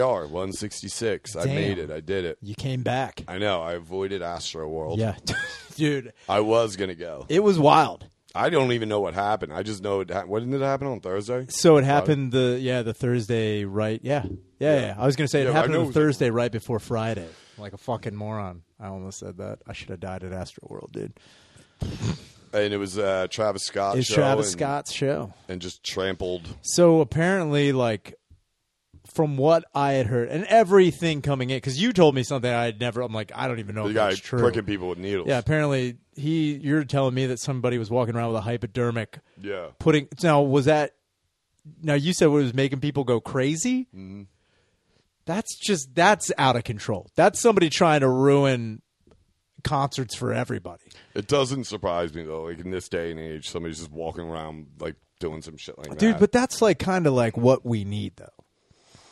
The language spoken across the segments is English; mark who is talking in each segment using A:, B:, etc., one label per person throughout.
A: hour, 166. I
B: Damn.
A: made it. I did it.
B: You came back.
A: I know. I avoided Astro World.
B: Yeah. Dude,
A: I was gonna go.
B: it was wild.
A: I don't even know what happened. I just know it. Ha- what didn't it happen on Thursday?
B: So it happened the yeah, the Thursday right. Yeah. Yeah, yeah. I was going to say it
A: Yeah, I
B: happened
A: know
B: on
A: it was-
B: Thursday right before Friday. Like a fucking moron. I almost said that. I should have died at Astro World, dude.
A: And it was uh, Travis Scott.
B: It's
A: show
B: Travis
A: and-
B: Scott's show.
A: and just trampled.
B: So apparently, like from what I had heard, and everything coming in, because you told me something I had never. I'm like, I don't even know
A: The
B: if
A: guy
B: Oh, that's true.
A: pricking people with needles.
B: yeah, apparently he. You're telling me that somebody was walking around with a hypodermic,
A: yeah.
B: putting. Now was that? Now you said it was making people go crazy. That's just that's out of control. That's somebody trying to ruin concerts for everybody.
A: It doesn't surprise me though. Like in this day and age, somebody's just walking around like doing some shit like that.
B: dude but that's like kind of like what we need though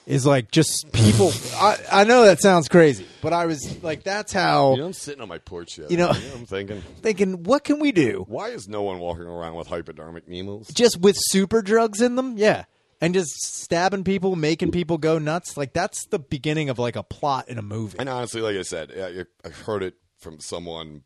B: is like just people I, I know that sounds crazy but i was like that's how
A: you know, I'm sitting on my porch. the other
B: You know-
A: day, you know I'm thinking,
B: thinking what can we do
A: why is no one walking around with hypodermic needles?
B: just with super drugs in them yeah and just stabbing people making people go nuts like that's the beginning of like a plot in a movie
A: And honestly, like I said, I, I heard it from someone.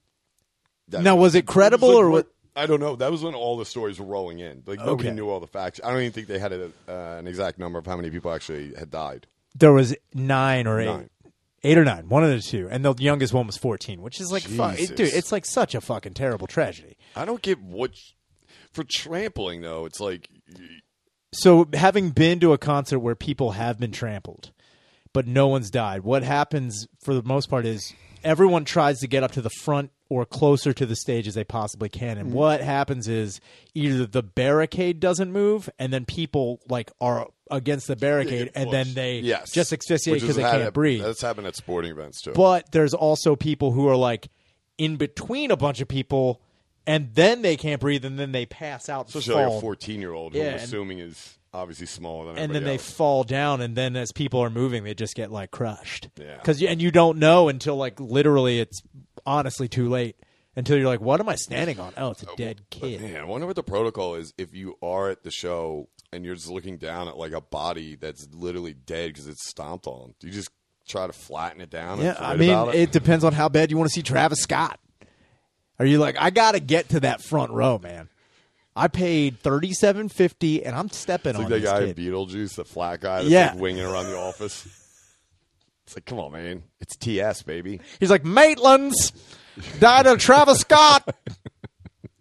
A: That
B: now was it credible
A: It was
B: or
A: like-
B: what
A: I don't know. That was when all the stories were rolling in. Like nobody
B: Okay.
A: knew all the facts. I don't even think they had a, uh, an exact number of how many people actually had died.
B: there was nine or eight
A: Nine.
B: Eight or nine, one of the two, and the youngest one was fourteen, which is like, fu-
A: Jesus.
B: dude, it's like such a fucking terrible tragedy.
A: I don't get what for trampling though. It's like
B: so having been to a concert where people have been trampled but no one's died what happens for the most part is everyone tries to get up to the front or closer to the stage as they possibly can
A: Mm-hmm.
B: and what happens is either the barricade doesn't move and then people like are against the barricade and then they
A: yes.
B: just asphyxiate
A: Which is
B: because they
A: how
B: can't
A: that-
B: breathe
A: That's happened at sporting events too.
B: but there's also people who are like in between a bunch of people and then they can't breathe and then they pass out and
A: Especially like a
B: fall.
A: 14 year old
B: Yeah,
A: who I'm
B: and-
A: assuming is obviously smaller than
B: and then
A: everybody
B: they
A: else.
B: fall down and then as people are moving they just get like crushed
A: Yeah.
B: because and you don't know until like literally it's honestly too late until you're like what am i standing on oh it's a dead kid
A: Man, I wonder what the protocol is if you are at the show and you're just looking down at like a body that's literally dead because it's stomped on. Do you just try to flatten it down?
B: yeah
A: and forget
B: i mean
A: about
B: it. depends on how bad you want to see travis scott are you like i gotta get to that front row man i paid 37.50 and i'm stepping
A: It's
B: on
A: like that
B: this
A: guy
B: kid.
A: in Beetlejuice, the flat guy that's
B: Yeah.
A: like winging around the office. It's like, come on, man. It's TS, baby.
B: he's like maitland's died of travis scott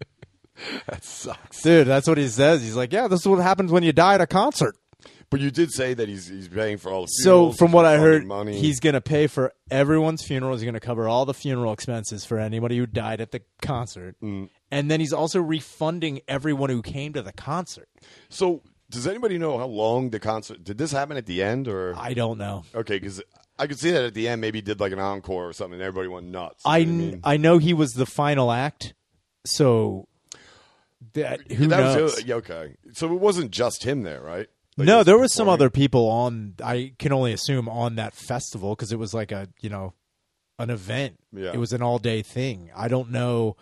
A: That sucks.
B: dude that's what he says he's like yeah this is what happens when you die at a concert
A: But you did say that he's he's paying for all the
B: So
A: funerals,
B: from
A: he's
B: what I
A: refunding
B: heard,
A: money.
B: he's going to pay for everyone's funeral. He's going to cover all the funeral expenses for anybody who died at the concert,
A: Mm.
B: and then he's also refunding everyone who came to the concert.
A: So, does anybody know how long the concert? Did this happen at the end or?
B: I don't know.
A: okay, because I could see that at the end, maybe he did like an encore or something, and everybody went nuts. You
B: I,
A: know what
B: kn- I know he was the final act, so that who
A: that
B: knows?
A: was the other- yeah, okay. So it wasn't just him there, right? Like,
B: no,
A: just
B: there was some
A: performing?
B: other people on. I can only assume on that festival because it was like a you know an event.
A: Yeah.
B: It was an all day thing. I don't know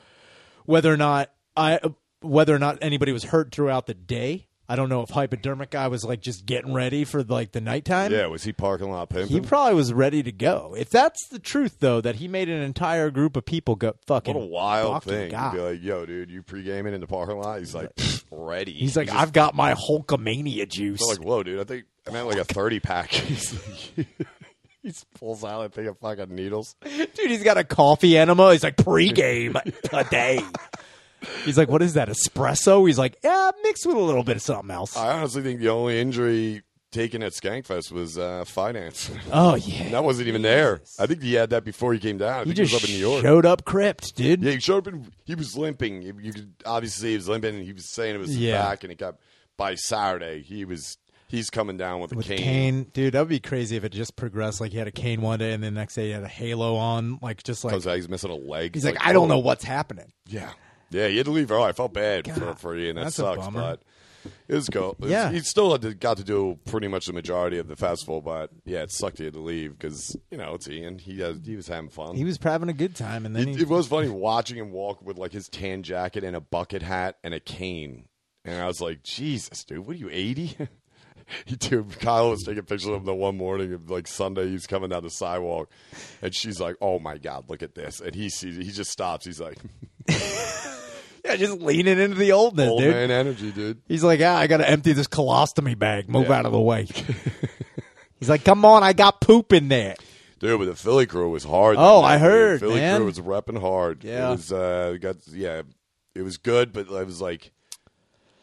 B: whether or not I whether or not anybody was hurt throughout the day. I don't know if hypodermic guy was like just getting ready for like the nighttime.
A: Yeah, was he parking lot pimping?
B: He probably was ready to go. If that's the truth, though, that he made an entire group of people go fucking
A: what a wild
B: fucking
A: thing! You'd
B: God.
A: Be like, yo, dude, you pre gaming in the parking lot? He's like, "Pfft, ready.
B: He's like,
A: He's
B: I've got my Hulkamania juice.
A: just like, whoa, dude. I think I meant like a thirty pack. He's like, he pulls out a thing of fucking needles.
B: Dude, he's got a coffee enema. He's like pregame today. He's like, what is that espresso? He's like, yeah, mixed with a little bit of something else.
A: I honestly think the only injury taken at Skankfest was uh, finance.
B: oh yeah,
A: And that wasn't even there. I think he had that before he came down. I
B: he
A: think
B: just
A: he was up in New York.
B: showed up crypt, dude.
A: yeah, he showed up and he was limping. You- You could obviously he was limping and he was saying it was his
B: Yeah.
A: back and it got by Saturday he was he's coming down with a
B: With
A: cane.
B: cane, dude, that would be crazy if it just progressed. Like he had a cane one day, and the next day he had a halo on. Like just like
A: Comes out, he's missing a leg.
B: he's like, I don't
A: oh,
B: know what's happening.
A: Yeah. Yeah, he had to leave early. I felt bad for,
B: God,
A: for you and that
B: that's a
A: sucks,
B: bummer.
A: but it was cool. It was-
B: Yeah.
A: He still had to, got to do pretty much the majority of the festival, but yeah, it sucked he had to leave because, you know, it's Ian. He, has, he was having fun.
B: He was having a good time, and then
A: It,
B: he,
A: it was funny watching him walk with like his tan jacket and a bucket hat and a cane, and I was like, Jesus, dude, what are you eighty? He, dude, Kyle was taking pictures of him the one morning, of, like Sunday. He's coming down the sidewalk, and she's like, "Oh my god, look at this!" And he sees, it. he just stops. He's like,
B: Yeah, just leaning into the oldness,
A: "Old
B: dude.
A: man energy, dude."
B: He's like, ah, I got to empty this colostomy bag. Move
A: Yeah.
B: out of the way. He's like, come on, I got poop in there.
A: Dude, but the Philly crew was hard.
B: Oh,
A: that night,
B: I
A: dude.
B: heard,
A: Philly
B: man.
A: crew was repping hard.
B: Yeah.
A: it was. Uh, got yeah, it was good, but I was like,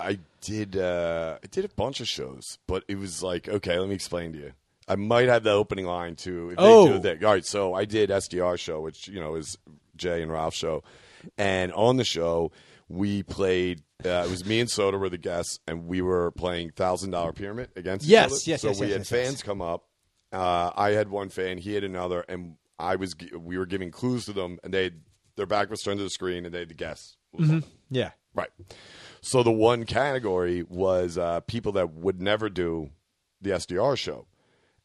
A: I did. Uh, I did a bunch of shows, but it was like, okay, let me explain to you. I might have the opening line too. If
B: Oh.
A: they do that. All right, so I did SDR show, which you know is Jay and Ralph's show, and on the show we played. Uh, it was me and Soda were the guests, and we were playing Thousand Dollar Pyramid against each
B: Yes,
A: other.
B: yes,
A: So
B: yes,
A: we
B: yes,
A: had
B: yes, yes.
A: fans come up. Uh, I had one fan, he had another, and I was gi- we were giving clues to them, and they their back was turned to the screen, and they had to guess. what was up.
B: Yeah.
A: Right. So the one category was uh, people that would never do the SDR show,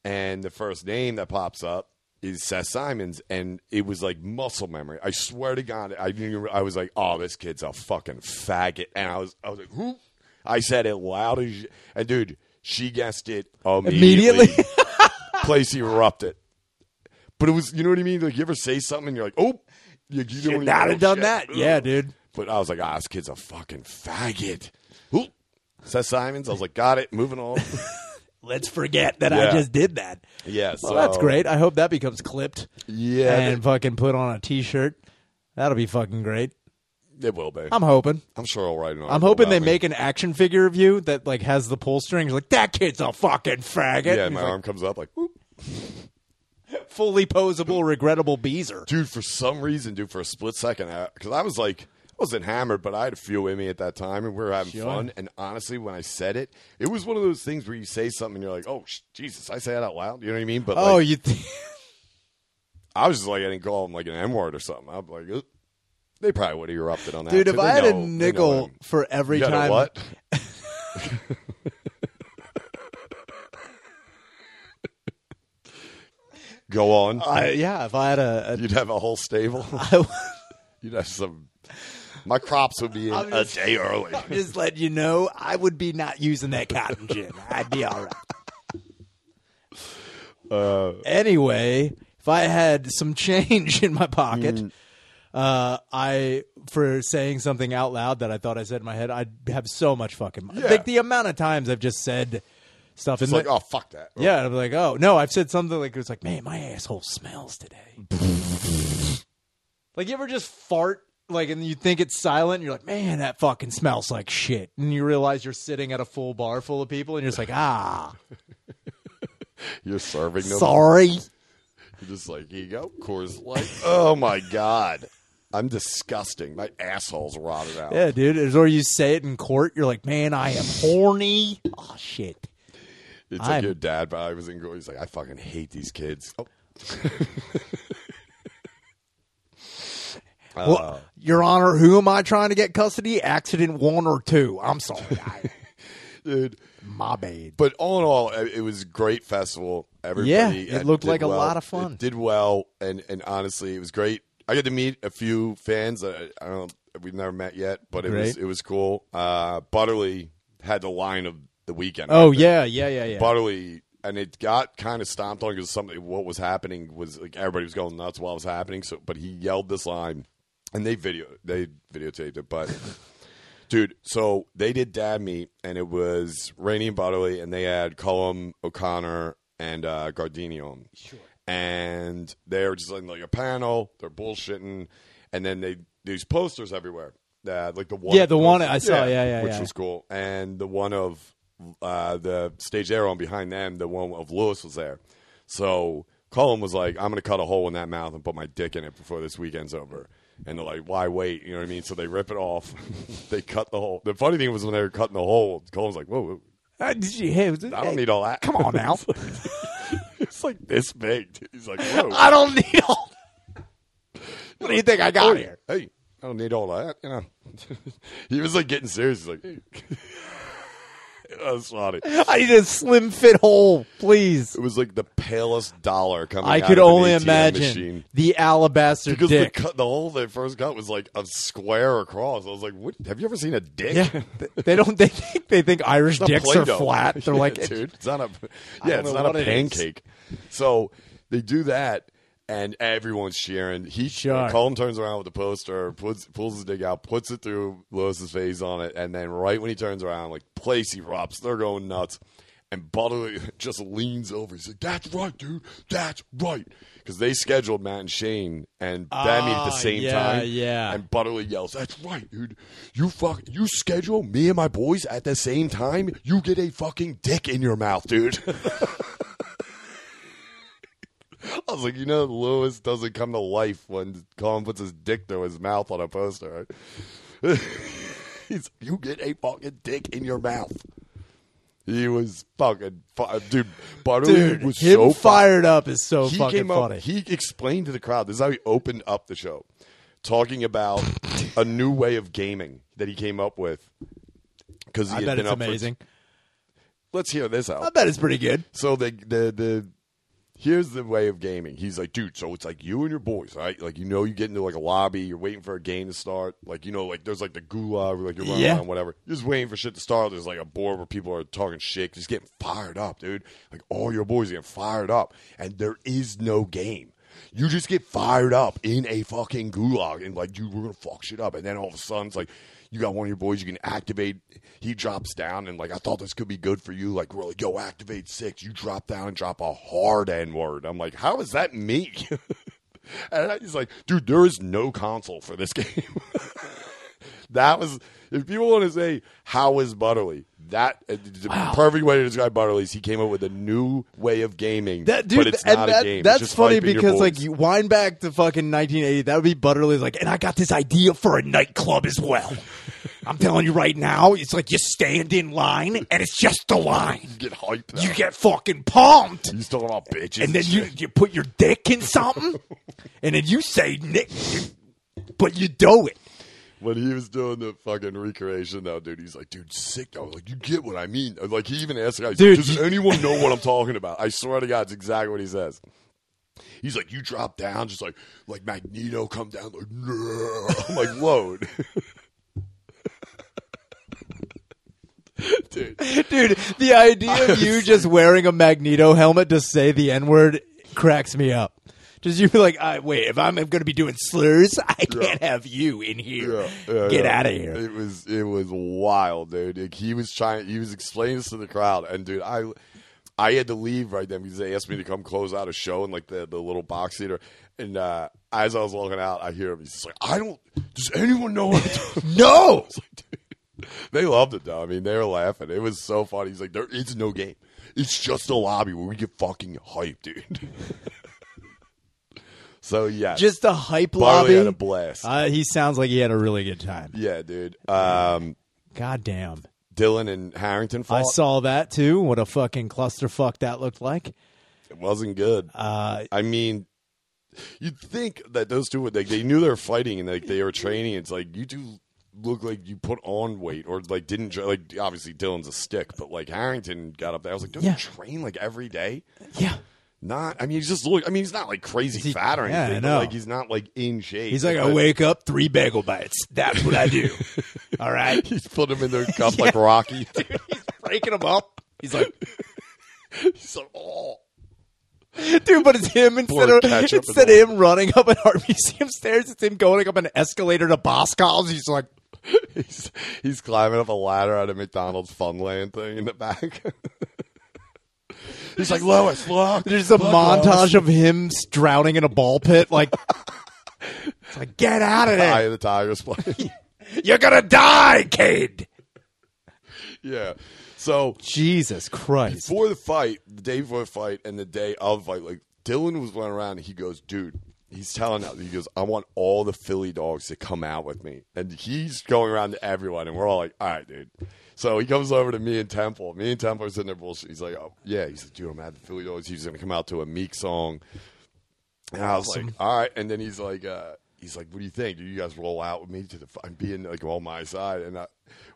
A: and the first name that pops up is Seth Simons, and it was like muscle memory. I swear to God, I didn't. Even, I was like, "Oh, this kid's a fucking faggot," and I was, I was like, "Who?" I said it loud as, sh- and dude, she guessed it immediately.
B: Immediately?
A: Place erupted. But it was, you know what I mean? Like, you ever say something and you're like, oh, you, you don't even
B: Not
A: know
B: have done
A: "Oh, shit.
B: that. Yeah, dude.
A: But I was like, ah, this kid's a fucking faggot. Who? Seth Simons. I was like, got it. Moving on.
B: Let's forget that I
A: Yeah.
B: just did that.
A: yeah.
B: Well,
A: so-
B: that's great. I hope that becomes clipped
A: Yeah.
B: and fucking put on a t shirt. That'll be fucking great.
A: it, it will be. I'm,
B: I'm hoping.
A: sure I'll write an
B: I'm
A: article
B: hoping they
A: about me.
B: make an action figure of you that like has the pull strings. Like that kid's a fucking faggot.
A: Yeah,
B: He's
A: my
B: like,
A: arm comes up like, whoop.
B: fully posable, regrettable beezer.
A: dude, for some reason, dude, for a split second, because I was like, I wasn't hammered, but I had a few in me at that time, and we were having
B: Sure.
A: fun. And honestly, when I said it, it was one of those things where you say something, and you're like, oh, sh- Jesus, I say that out loud. You know what I mean? But
B: Oh,
A: like,
B: you. Th-
A: I was just like, I didn't call him like an M word or something. I'm like, "Ugh." they probably would have erupted on that.
B: Dude,
A: too.
B: if
A: They
B: I had
A: know-
B: a
A: they know
B: nickel
A: him.
B: for every
A: You got a
B: time,
A: what? Go on.
B: I, yeah, if I had a, a
A: You'd have a whole stable.
B: I,
A: You'd have some. My crops would be in
B: I'm
A: a
B: just-
A: day early.
B: I'm just letting you know, I would be not using that cotton gin. I'd be all right.
A: Uh,
B: anyway, if I had some change in my pocket,
A: Mm.
B: uh, I for saying something out loud that I thought I said in my head, I'd have so much fucking.
A: Yeah.
B: Like the amount of times I've just said stuff in
A: It's
B: the,
A: like, oh fuck that.
B: Yeah, and I'm like, oh no, I've said something like it's like, man, my asshole smells today. like you ever just fart like and you think it's silent, and you're like, man, that fucking smells like shit, and you realize you're sitting at a full bar full of people, and you're just like, ah,
A: You're serving them.
B: sorry.
A: You're just like, here you go. Coors Light. oh my god, I'm disgusting. My asshole's rotted out.
B: Yeah, dude. It's- Or you say it in court, you're like, man, I am horny. Oh shit.
A: It's
B: I'm-
A: like your dad, but I was in He's like, I fucking hate these kids. Oh. Uh,
B: Well, Your Honor, who am I trying to get custody? Accident one or two. I'm sorry. I,
A: dude.
B: my bad.
A: But all in all, e, it it was a great festival. Everybody,
B: Yeah, it
A: had-
B: looked
A: did
B: like a
A: well.
B: lot of fun.
A: It did well, and and honestly, it was great. I got to meet a few fans. that I, I don't, we've never met yet, but it was
B: Great.
A: it was cool. Uh, Butterly had the line of the weekend.
B: Oh yeah, yeah, yeah, yeah.
A: Butterly, and it got kind of stomped on because something what was happening was like everybody was going nuts while it was happening. So, but he yelled this line, and they video they videotaped it. But dude, so they did Dad Meet, and it was Rainey and Butterly, and they had Cullum O'Connor and uh, Gardini on. Sure. And they're just in like a panel. They're bullshitting, and then they these posters everywhere. Uh, like the one,
B: Yeah, the one I saw, yeah, yeah,
A: which
B: yeah.
A: was school, and the one of uh, the stage they're on behind them, the one of Lewis was there. So Cullen was like, "I'm going to cut a hole in that mouth and put my dick in it before this weekend's over." And they're like, "Why wait?" You know what I mean? So they rip it off. they cut the hole. The funny thing was when they were cutting the hole, Cullen's like, "Whoa, whoa
B: Uh, did you- hey, was it-
A: I
B: hey,
A: don't need all that."
B: Come on now.
A: it's like this big. Dude. He's like, "Whoa."
B: I don't need all. What do you think I
A: Oh,
B: got here?
A: Hey, I don't need all that. You know, he was like getting serious. He's like, hey. I'm sorry.
B: I need a slim fit hole, please.
A: It was like the palest dollar coming.
B: I
A: out
B: could
A: of an
B: only
A: ATM
B: imagine
A: machine.
B: the alabaster
A: because the
B: dick.
A: cut, the hole they first cut was like a square across. I was like, what, "Have you ever seen a dick?"
B: yeah, Th- they don't. They think they think Irish
A: not
B: dicks are
A: Play-Doh.
B: flat. They're
A: Yeah,
B: like,
A: dude, it's not a,
B: I
A: yeah,
B: don't
A: it's
B: know
A: not
B: what
A: a
B: it is.
A: pancake. So they do that, and everyone's cheering. He
B: Sure.
A: Colm turns around with the poster, puts pulls his dick out, puts it through Lewis's face on it, and then right when he turns around, like place erupts. They're going nuts. And Butler just leans over. He's like, "That's right, dude. That's right." Because they scheduled Matt and Shane and Bammy at
B: Ah,
A: the same
B: yeah,
A: time.
B: yeah.
A: And Butterly yells, "That's right, dude. You fuck. You schedule me and my boys at the same time. You get a fucking dick in your mouth, dude." I was like, you know, Lewis doesn't come to life when Colin puts his dick through his mouth on a poster. Right? He's, you get a fucking dick in your mouth. He was fucking, fu- dude. Butterly
B: dude, him
A: was so fired
B: fired up is so fucking
A: up-
B: funny.
A: he explained to the crowd. This is how he opened up the show, talking about a new way of gaming that he came up with. Because
B: I bet it's amazing.
A: let's hear this out.
B: I bet it's pretty good.
A: So the the the here's the way of gaming. He's like, dude, so it's like you and your boys, right? Like you know you get into like a lobby, you're waiting for a game to start. Like you know, like there's like the gulag, like you're running
B: Yeah.
A: around, whatever. You're just waiting for shit to start. There's like a board where people are talking shit, just getting fired up, dude. Like all your boys are getting fired up, and there is no game. You just get fired up in a fucking gulag and like, dude, we're gonna fuck shit up. And then all of a sudden, it's like, you got one of your boys you can activate. He drops down and like, I thought this could be good for you. Like, really, go activate six. You drop down and drop a hard N word. I'm like, how is that me? and I- he's like, dude, there is no console for this game. that was if people want to say how is Butterly that uh, the perfect way to describe Butterly is he came up with a new way of gaming.
B: That dude,
A: but it's
B: and
A: not
B: that,
A: a game. It's
B: that's
A: just
B: funny
A: hyping your
B: because like
A: boys.
B: you wind back to fucking 1980, that would be Butterly's like, and I got this idea for a nightclub as well. I'm telling you right now, it's like you stand in line and it's just the line.
A: You get hyped.
B: You
A: You
B: get fucking pumped.
A: He's talking about bitches.
B: and then you, you put your dick in something, and then you say Nick, but you do it.
A: when he was doing the fucking recreation though, dude, he's like, dude, sick. I was like, you get what I mean. Like he even asked the guy, he's
B: Dude,
A: like, does anyone know what I'm talking about? I swear to God, it's exactly what he says. He's like, you drop down, just like like Magneto come down, like, no. I'm like, load. dude.
B: Dude, the idea of you just wearing a Magneto helmet to say the N word cracks me up. Just you be like, I, wait, if I'm going to be doing slurs, I can't have you in here.
A: Yeah, yeah,
B: Get
A: yeah.
B: out of here.
A: It was it was wild, dude. Like, he was trying. He was explaining this to the crowd, and dude, I I had to leave right then because they asked me to come close out a show in like the, the little box theater. And uh, as I was walking out, I hear him. He's just like, "I don't. Does anyone know what I'm talking
B: No!
A: they loved it though. I mean, they were laughing. It was so funny. He's like, there is no game. It's just a lobby where we get fucking hyped, dude. so yeah,
B: Just a hype
A: Barley had a
B: lobby.
A: blast.
B: Uh, he sounds like he had a really good time.
A: yeah, dude. Um,
B: God damn.
A: Dylan and Harrington fought.
B: I saw that too. What a fucking clusterfuck that looked like.
A: It wasn't good.
B: Uh,
A: I mean, you'd think that those two would like they knew they were fighting and like they were training. It's like you two look like you put on weight or like didn't tra- like obviously Dylan's a stick, but like Harrington got up there. I was like, don't
B: Yeah.
A: you train like every day?
B: yeah.
A: Not. I mean, he's just look. I mean, he's not like crazy
B: Is he-
A: fat or
B: Yeah,
A: anything.
B: I
A: but,
B: know.
A: like he's not like in shape.
B: He's like, I
A: But
B: wake up, three bagel bites. That's what I do. All right.
A: He's putting him in their cup like Rocky.
B: He's breaking them up. He's like,
A: he's like, oh.
B: dude, but it's him instead
A: Pour
B: of
A: ketchup and
B: instead of him running up an art museum stairs, it's him going up an escalator to Boscov's. He's like,
A: He's he's climbing up a ladder at a McDonald's Funland thing in the back. he's like Lois, look.
B: there's a
A: look,
B: montage
A: Lois."
B: of him s- drowning in a ball pit. Like, it's like, get out of
A: Eye
B: there!
A: of the Tiger's playing.
B: You're gonna die, Cade.
A: yeah. So
B: Jesus Christ!
A: before the fight, the day before the fight, and the day of the fight, like Dylan was running around and he goes, dude, he's telling us, he goes, I want all the Philly dogs to come out with me. And he's going around to everyone, and we're all like, all right, dude. So he comes over to me and Temple. Me and Temple are sitting there bullshit. He's like, oh, yeah. He's like, dude, I'm at the Philly dogs. He's going to come out to a Meek song. And I was like, all right. And then he's like, uh, he's like, what do you think? Do you guys roll out with me to the? I'm being like on my side, and I,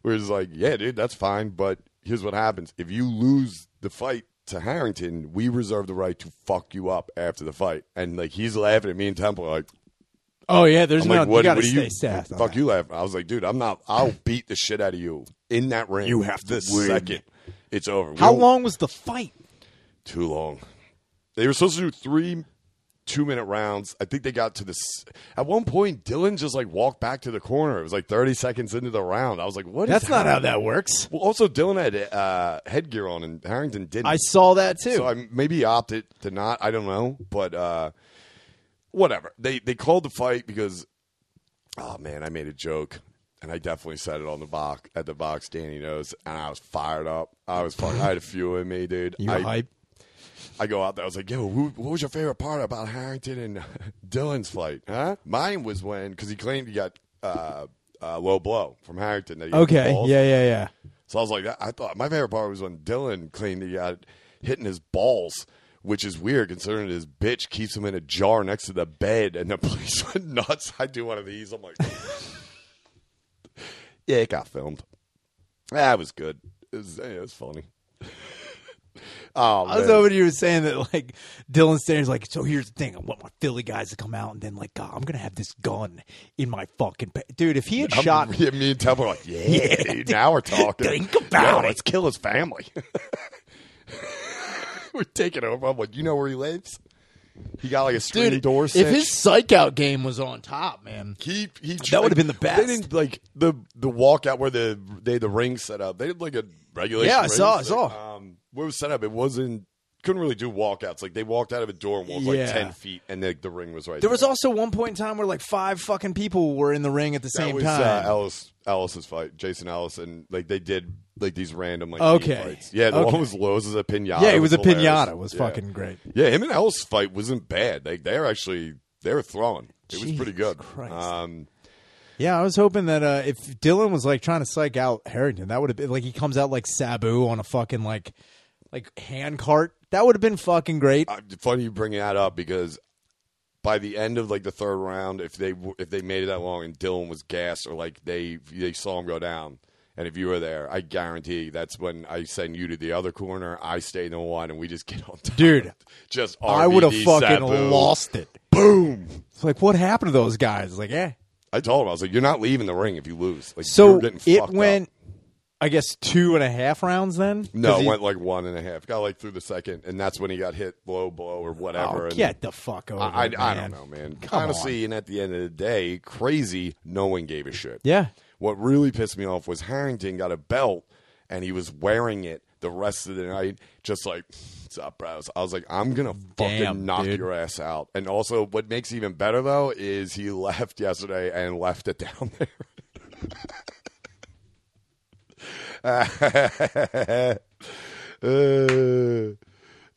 A: we we're just like, yeah, dude, that's fine. But here's what happens: if you lose the fight to Harrington, we reserve the right to fuck you up after the fight. And like he's laughing at me and Temple, like
B: Oh yeah, there's
A: I'm
B: no.
A: like,
B: you
A: what,
B: gotta
A: what are
B: stay
A: you?
B: staffed. on
A: fuck
B: that.
A: you laughing. I was like, dude, I'm not. I'll beat the shit out of you in that ring.
C: You have to
A: the
C: win.
A: second. It's over. We
B: How
A: don't-
B: long was the fight?
A: Too long. They were supposed to do three two minute rounds. I think they got to this. At one point, Dylan just like walked back to the corner. It was like 30 seconds into the round. I was like, what is
B: That's not how
A: happening?
B: that works.
A: Well, also, Dylan had uh, headgear on and Harrington didn't.
B: I saw that too.
A: So I maybe he opted to not. I don't know, but uh, whatever. They they called the fight because oh man, I made a joke. And I definitely said it on the box at the box. Danny knows, and I was fired up. I was fucking. I had a few in me, dude.
B: you
A: I,
B: hype.
A: I go out there. I was like, "Yo, who, what was your favorite part about Harrington and Dylan's fight?" Huh? Mine was when because he claimed he got uh, uh, low blow from Harrington. That he got
B: Okay.
A: balls.
B: Yeah, yeah, yeah.
A: So I was like, that- I thought my favorite part was when Dylan claimed he got hitting his balls, which is weird considering his bitch keeps him in a jar next to the bed, and the police went nuts. I do one of these. I'm like, yeah, it got filmed. That was good. It was, yeah, it was funny. oh,
B: I was
A: man.
B: hoping you were saying that, like Dylan Stainer's like. So here's the thing: I want my Philly guys to come out, and then like, God, I'm gonna have this gun in my fucking pa-. dude. If he had
A: I'm-
B: shot,
A: yeah, me and Temple were like, yeah, dude, now we're talking.
B: Think about
A: Yo, Let's kill his family. we're taking over. I'm like, you know where he lives? He got like a screen
B: dude,
A: door.
B: if
A: cinch.
B: his psych out game was on top, man,
A: he, he
B: That would've been the
A: They
B: best.
A: didn't like the the walkout where the they had the ring set up. They did like a regulation.
B: Yeah, I
A: ring
B: saw, I
A: set-
B: saw.
A: Um, where it was set up, it wasn't. Couldn't really do walkouts. Like they walked out of a door and walked
B: Yeah.
A: like ten feet, and the, the ring was right
B: There was also one point in time where like five fucking people were in the ring at the
A: that
B: same
A: was,
B: time.
A: Uh, Ellis Ellis's fight, Jason Ellis, and like they did like these random like knee
B: Okay.
A: fights. yeah, the
B: Okay.
A: one was Lowe's was a pinata.
B: yeah, it was, a
A: hilarious.
B: pinata. It was
A: Yeah.
B: fucking great.
A: yeah. Him and Ellis fight wasn't bad. Like they were actually they were throwing. It was
B: Jesus
A: pretty good.
B: Christ.
A: Um,
B: Yeah, I was hoping that uh, if Dylan was like trying to psych out Harrington, that would have been like he comes out like Sabu on a fucking like like hand cart. That would have been fucking great.
A: I- funny you bring that up because by the end of like the third round, if they w- if they made it that long and Dylan was gassed or like they they saw him go down. And if you were there, I guarantee that's when I send you to the other corner. I stay in the one, and we just get on top.
B: Dude,
A: just RVD,
B: I would have fucking
A: Sabu.
B: lost it.
A: Boom!
B: It's like what happened to those guys? Like, yeah.
A: I told him I was like, "You're not leaving the ring if you lose." Like,
B: So
A: you're getting
B: it
A: fucked
B: went,
A: up.
B: I guess, two and a half rounds then.
A: No,
B: 'Cause
A: it
B: he-
A: went like one and a half. Got like through the second, and that's when he got hit low blow or whatever.
B: Oh,
A: and
B: get the fuck over.
A: I, I,
B: it,
A: I
B: man.
A: don't know, man.
B: Come
A: Honestly, and at the end of the day, crazy. No one gave a shit.
B: Yeah,
A: What really pissed me off was Harrington got a belt and he was wearing it the rest of the night, just like, what's up, bros? I was like, I'm going to fucking
B: Damn,
A: knock
B: dude.
A: your ass out. And also, what makes it even better, though, is he left yesterday and left it down there. Uh,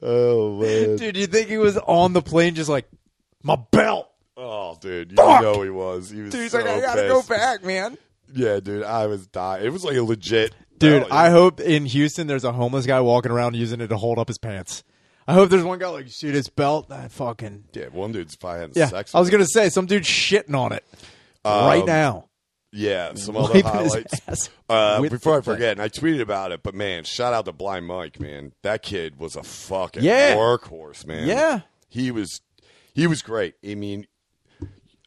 A: oh, man.
B: dude, you think he was on the plane just like my belt?
A: Oh, dude. You
B: Fuck!
A: know he was. He was
B: Dude, he's
A: so
B: like, I gotta go
A: pissed. Oh,
B: back, man.
A: Yeah, dude. I was dying. It was like a legit.
B: Dude,
A: belt.
B: I hope in Houston there's a homeless guy walking around using it to hold up his pants. I hope there's one guy like, shoot his belt. I fucking
A: Yeah, one dude's probably having
B: yeah.
A: sex.
B: I was
A: with
B: gonna say some dude shitting on it right
A: Um,
B: now.
A: her. Yeah, some other
B: Wiping his
A: highlights.
B: ass
A: Uh,
B: with
A: before
B: the
A: I forget, and I tweeted about it, but man, shout out to Blind Mike, man. That kid was a fucking
B: Yeah.
A: workhorse, man.
B: Yeah.
A: he was, he was great. I mean,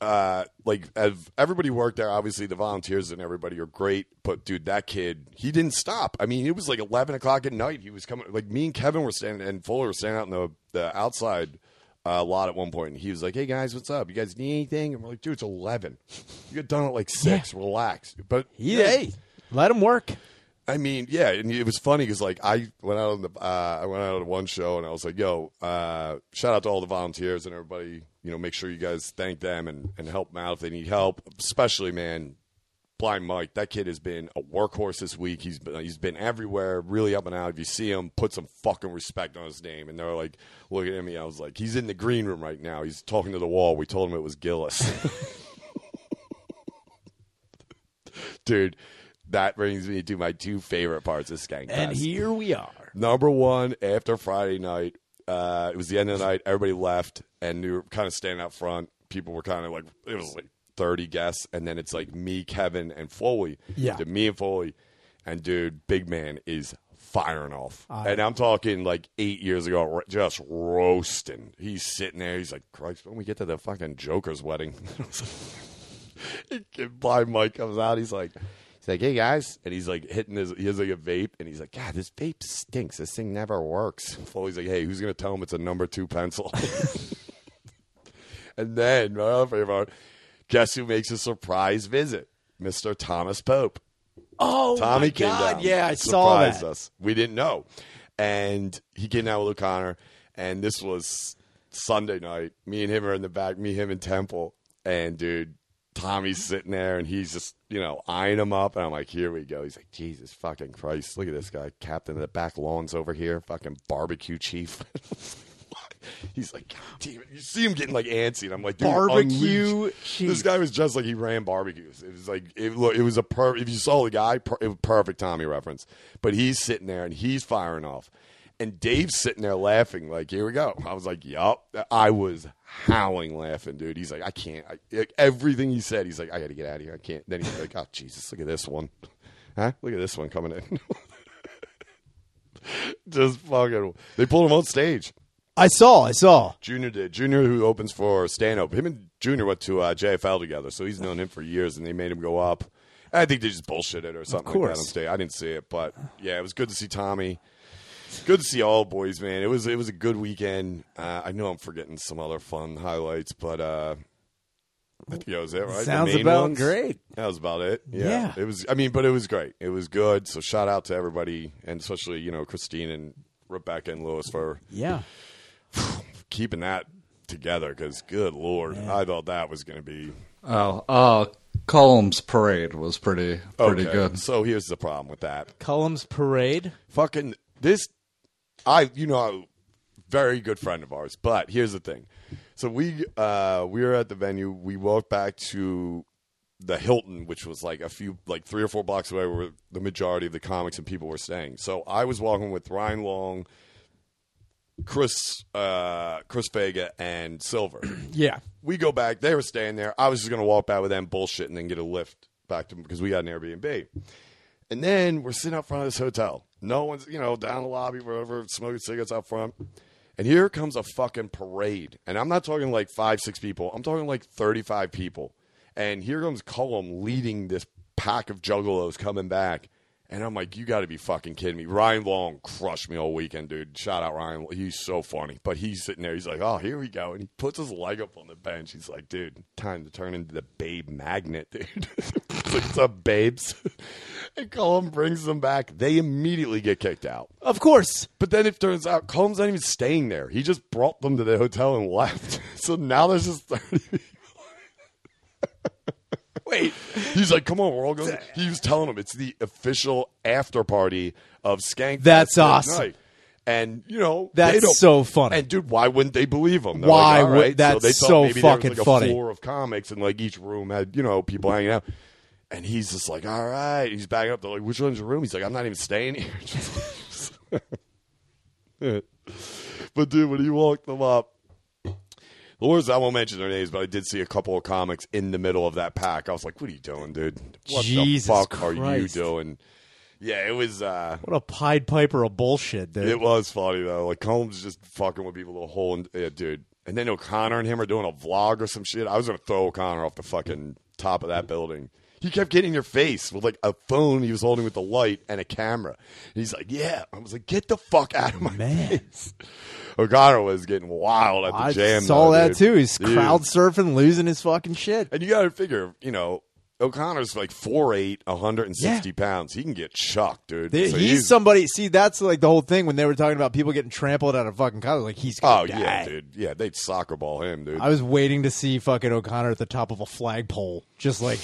A: uh, like ev- everybody worked there. Obviously, the volunteers and everybody are great, but dude, that kid, he didn't stop. I mean, it was like eleven o'clock at night. He was coming. Like me and Kevin were standing, and Fuller were standing out in the the outside uh, lot at one point, and he was like, "Hey guys, what's up? You guys need anything?" And we're like, "Dude, it's eleven. You got done at like six. Relax." But
B: He,
A: yeah,
B: Hey, let him work.
A: I mean, yeah, and it was funny because like I went out on the uh, I went out on one show and I was like, "Yo, uh, shout out to all the volunteers and everybody. You know, make sure you guys thank them and and help them out if they need help. Especially, man, Blind Mike. That kid has been a workhorse this week. He's been, he's been everywhere, really up and out. If you see him, put some fucking respect on his name. And they're like, looking at me. I was like, he's in the green room right now. He's talking to the wall. We told him it was Gillis. dude. That brings me to my two favorite parts of Skankfest.
B: And here we are.
A: number one after Friday night. Uh, it was the end of the night. Everybody left, and we were kind of standing out front. People were kind of like it was like thirty guests, and then it's like me, Kevin, and Foley.
B: Yeah.
A: Then me and Foley, and dude, Big Man is firing off. and I'm talking like eight years ago, ro- just roasting. He's sitting there. He's like, Christ, when we get to the fucking Joker's wedding. And Blind Mike comes out. He's like, he's like, hey guys, and he's like hitting his. He has like a vape, and he's like, God, this vape stinks. This thing never works. Foley's like, hey, who's gonna tell him it's a number two pencil? and then, my other favorite part, guess who makes a surprise visit? Mr. Thomas Pope.
B: Oh,
A: Tommy
B: my
A: came
B: God.
A: down.
B: Yeah, I saw
A: surprised
B: that.
A: us. We didn't know, and he came down with O'Connor, and this was Sunday night. Me and him are in the back. Me, him, and Temple, and dude, Tommy's sitting there, and he's just you know eyeing him up, and I'm like, here we go. He's like, Jesus fucking Christ, look at this guy, captain of the back lawns over here, fucking barbecue chief. He's like, God damn it. You see him getting like antsy, and I'm like, dude,
B: Barbecue
A: unleash.
B: chief.
A: This guy was just like he ran barbecues. It was like it, look, it was a per. If you saw the guy, per, it was perfect Tommy reference. But he's sitting there and he's firing off, and Dave's sitting there laughing like, "Here we go." I was like, "Yup." I was howling laughing, dude. He's like, "I can't." I, like, everything he said, he's like, "I got to get out of here. I can't." Then he's like, "Oh Jesus, look at this one, huh? Look at this one coming in." Just fucking. They pulled him on stage.
B: I saw. I saw.
A: Junior did. Junior, who opens for Stanhope, him and Junior went to uh, JFL together, so he's known him for years, and they made him go up. I think they just bullshit it or something like that
B: course.
A: on stage. I didn't see it, but yeah, it was good to see Tommy. Good to see all boys, man. It was it was a good weekend. Uh, I know I'm forgetting some other fun highlights, but uh, I think that was it. Right? The
B: Sounds
A: main
B: about
A: ones?
B: great.
A: That was about it. Yeah.
B: Yeah.
A: It was I mean, but it was great. It was good. So shout out to everybody and especially, you know, Christine and Rebecca and Lewis for
B: Yeah.
A: keeping that together because good lord i thought that was going to be
C: Oh, uh, Columns Parade was pretty pretty
A: Okay,
C: good.
A: so here's the problem with that
B: Cullum's parade.
A: fucking this i you know very good friend of ours but here's the thing so we uh we were at the venue we walked back to the hilton which was like a few like three or four blocks away where the majority of the comics and people were staying so i was walking with ryan long chris uh chris vega and silver
B: Yeah.
A: we go back. They were staying there. I was just going to walk back with them bullshit and then get a lift back to because we got an Airbnb. And then we're sitting out front of this hotel. No one's, you know, down the lobby, wherever, smoking cigarettes out front. And here comes a fucking parade. And I'm not talking like five, six people. I'm talking like 35 people. And here comes Cullum leading this pack of juggalos coming back. And I'm like, you got to be fucking kidding me. Ryan Long crushed me all weekend, dude. Shout out Ryan. He's so funny. But he's sitting there. He's like, oh, here we go. And he puts his leg up on the bench. He's like, dude, time to turn into the babe magnet, dude. it's like, what's up, babes? and Colin brings them back. They immediately get kicked out.
B: Of course.
A: But then it turns out Combs not even staying there. He just brought them to the hotel and left. so now there's just 30 people.
B: Wait.
A: He's like, come on, we're all going. He was telling them it's the official after party of Skank.
B: That's
A: Fest that
B: awesome.
A: night. And, you know,
B: That's
A: they don't-
B: so funny.
A: And, dude, why wouldn't they believe him? They're
B: Why
A: Like, all
B: would-
A: right.
B: that's
A: so, they thought
B: so
A: maybe there was,
B: fucking
A: like, a
B: funny.
A: floor of comics, and, like, each room had, you know, people hanging out. And he's just like, all right. He's backing up. They're like, which one's your room? He's like, I'm not even staying here. But dude, when he walked them up, Laura's, I won't mention their names, but I did see a couple of comics in the middle of that pack. I was like, what are you doing, dude? What
B: Jesus
A: the fuck are you
B: Christ.
A: doing? Yeah, it was uh
B: What a Pied Piper of bullshit, dude.
A: it was funny though. Like Combs just fucking with people the whole and yeah, dude. And then O'Connor and him are doing a vlog or some shit. I was gonna throw O'Connor off the fucking top of that building. He kept getting in your face with like a phone he was holding with a light and a camera. And he's like, "Yeah." I was like, "Get the fuck out of my
B: Man.
A: face!" O'Connor was getting wild at the
B: I
A: jam.
B: saw
A: though,
B: that
A: dude.
B: too. He's
A: Dude.
B: crowd surfing, losing his fucking shit.
A: And you got to figure, you know, O'Connor's like 4'8", 160
B: Yeah.
A: pounds. He can get chucked, dude.
B: There-
A: So
B: he's, somebody. See, that's like the whole thing when they were talking about people getting trampled out of fucking college. Like he's gonna
A: Oh
B: die.
A: yeah, dude. Yeah, they'd soccer ball him, dude.
B: I was waiting to see fucking O'Connor at the top of a flagpole, just like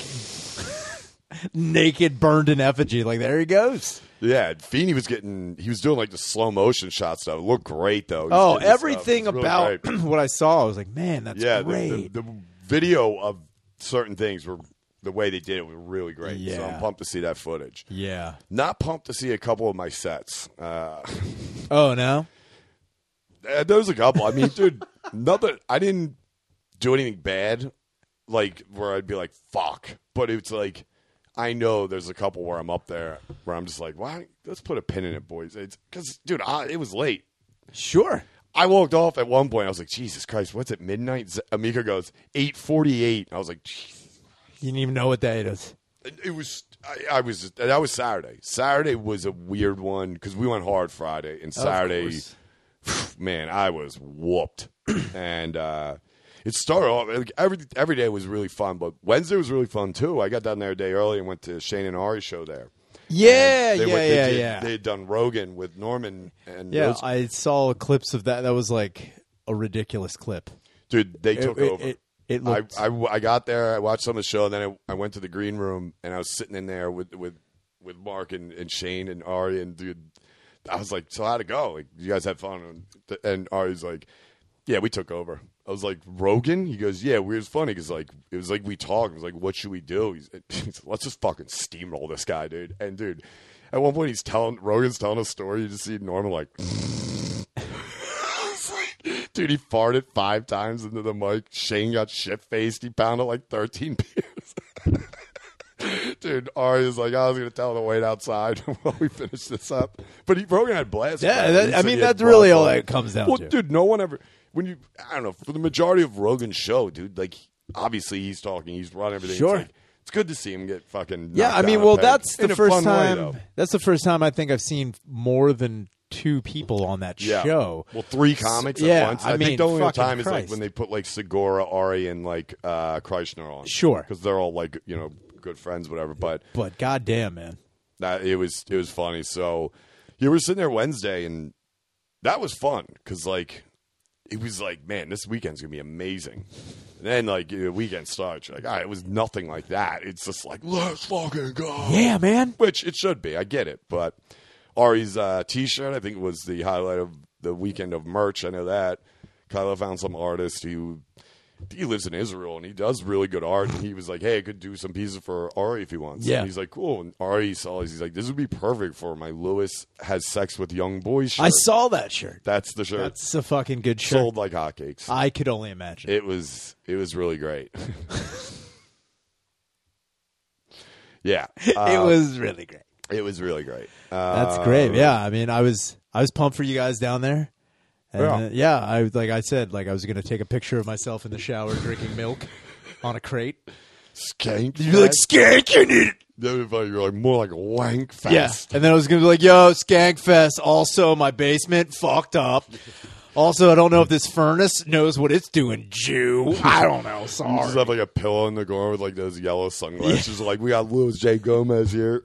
B: naked, burned in effigy. Like there he goes.
A: Yeah, Feeney was getting he was doing like the slow motion shot stuff. It looked great though. He was
B: Oh,
A: getting this
B: everything
A: stuff. It was really
B: about
A: great.
B: what I saw, I was like, man, that's
A: yeah, the,
B: great.
A: the, the video of certain things were the way they did it was really great. So
B: Yeah.
A: I'm pumped to see that footage.
B: yeah.
A: Not pumped to see a couple of my sets. Uh,
B: Oh no.
A: Uh, there was a couple. I mean, dude, nothing. I didn't do anything bad, like where I'd be like, "Fuck." But it's like I know there's a couple where I'm up there where I'm just like, why? Let's put a pin in it, boys. It's because, dude, I, it was late.
B: Sure.
A: I walked off at one point. I was like, Jesus Christ, what's it? Midnight? Z- Amica goes eight forty eight. I was like, "Jeez."
B: You didn't even know what day it is.
A: And it was. I, I was. That was Saturday. Saturday was a weird one because we went hard Friday and Saturday.
B: course.
A: Man, I was whooped, and uh, it started off like, every every day was really fun, but Wednesday was really fun too. I got down there a day early and went to Shane and Ari's show there.
B: Yeah,
A: They
B: yeah,
A: went- they
B: yeah,
A: did-
B: yeah.
A: They had done Rogan with Norman and
B: yeah,
A: Rose-
B: I saw clips of that. That was like a ridiculous clip.
A: dude, they
B: It-
A: took
B: it-
A: over.
B: it- it
A: I,
B: looked-
A: I, I got there. I watched some of the show, and then I, I went to the green room, and I was sitting in there with with with Mark and, and Shane and Ari, and dude, I was like, "So how'd it go? Like, you guys had fun?" And, and Ari's like, "Yeah, we took over." I was like, "Rogan?" He goes, "Yeah, we- it was funny because like it was like we talked. It was like, what should we do?" He's, he's "Let's just fucking steamroll this guy, dude." And dude, at one point, he's telling Rogan's telling a story. You just see Norman like. It's like- Dude, he farted five times into the mic. Shane got shit faced. He pounded like 13 beers. Dude, Ari is like, I was going to tell him to wait outside while we finish this up. But he, Rogan had blast.
B: Yeah,
A: He
B: that-
A: said
B: I mean,
A: he had
B: that's really
A: blast
B: all
A: on
B: that
A: it.
B: comes down
A: well,
B: to.
A: Dude, no one ever, when you, I don't know, for the majority of Rogan's show, dude, like, obviously he's talking, he's running everything.
B: Sure.
A: It's, like, it's good to see him get fucking.
B: Yeah,
A: knocked
B: I mean,
A: down a
B: well,
A: peg.
B: that's the
A: In a fun
B: first
A: way,
B: time.
A: though.
B: that's the first time I think I've seen more than two people on that
A: yeah.
B: show.
A: Well, three comics
B: yeah,
A: at once.
B: I
A: I,
B: mean,
A: think the only other
B: fucking
A: time is
B: Christ.
A: like when they put like Segura, Ari, and like uh, Kreisner on.
B: Sure.
A: because they're all like you know good friends, whatever. But
B: but goddamn, man,
A: that it was it was funny. So you were sitting there Wednesday, and that was fun because like it was like man, this weekend's gonna be amazing. And then like the weekend starts, you're like all right, it was nothing like that. It's just like let's fucking go.
B: yeah, man.
A: Which it should be. I get it. But Ari's uh, t shirt, I think, was the highlight of the weekend of merch. I know that. Kylo found some artist who. He lives in Israel and he does really good art. And he was like, "Hey, I could do some pieces for Ari if he wants."
B: Yeah.
A: And he's like, "Cool." And Ari saw this. He's like, "This would be perfect for my Lewis has sex with young boys." Shirt.
B: I saw that shirt.
A: That's the shirt.
B: That's a fucking good shirt. Ah.
A: sold like hotcakes.
B: I could only imagine.
A: It was it was really great. yeah, uh,
B: it was really great.
A: it was really great. Uh,
B: That's great. Yeah, I mean, I was I was pumped for you guys down there. And,
A: Yeah.
B: uh, yeah. I was- like I said, like I was gonna take a picture of myself in the shower drinking milk on a crate.
A: skank.
B: You're like skank, you need it.
A: That'd be funny. You're like more like a wank
B: Yeah,
A: fest.
B: and then I was gonna be like, "Yo, Skankfest." Also, my basement fucked up. Also, I don't know if this furnace knows what it's doing, Jew. I don't know.
A: You just
B: Sorry.
A: have like a pillow in the corner with like those yellow sunglasses. Like we got Louis J Gomez here.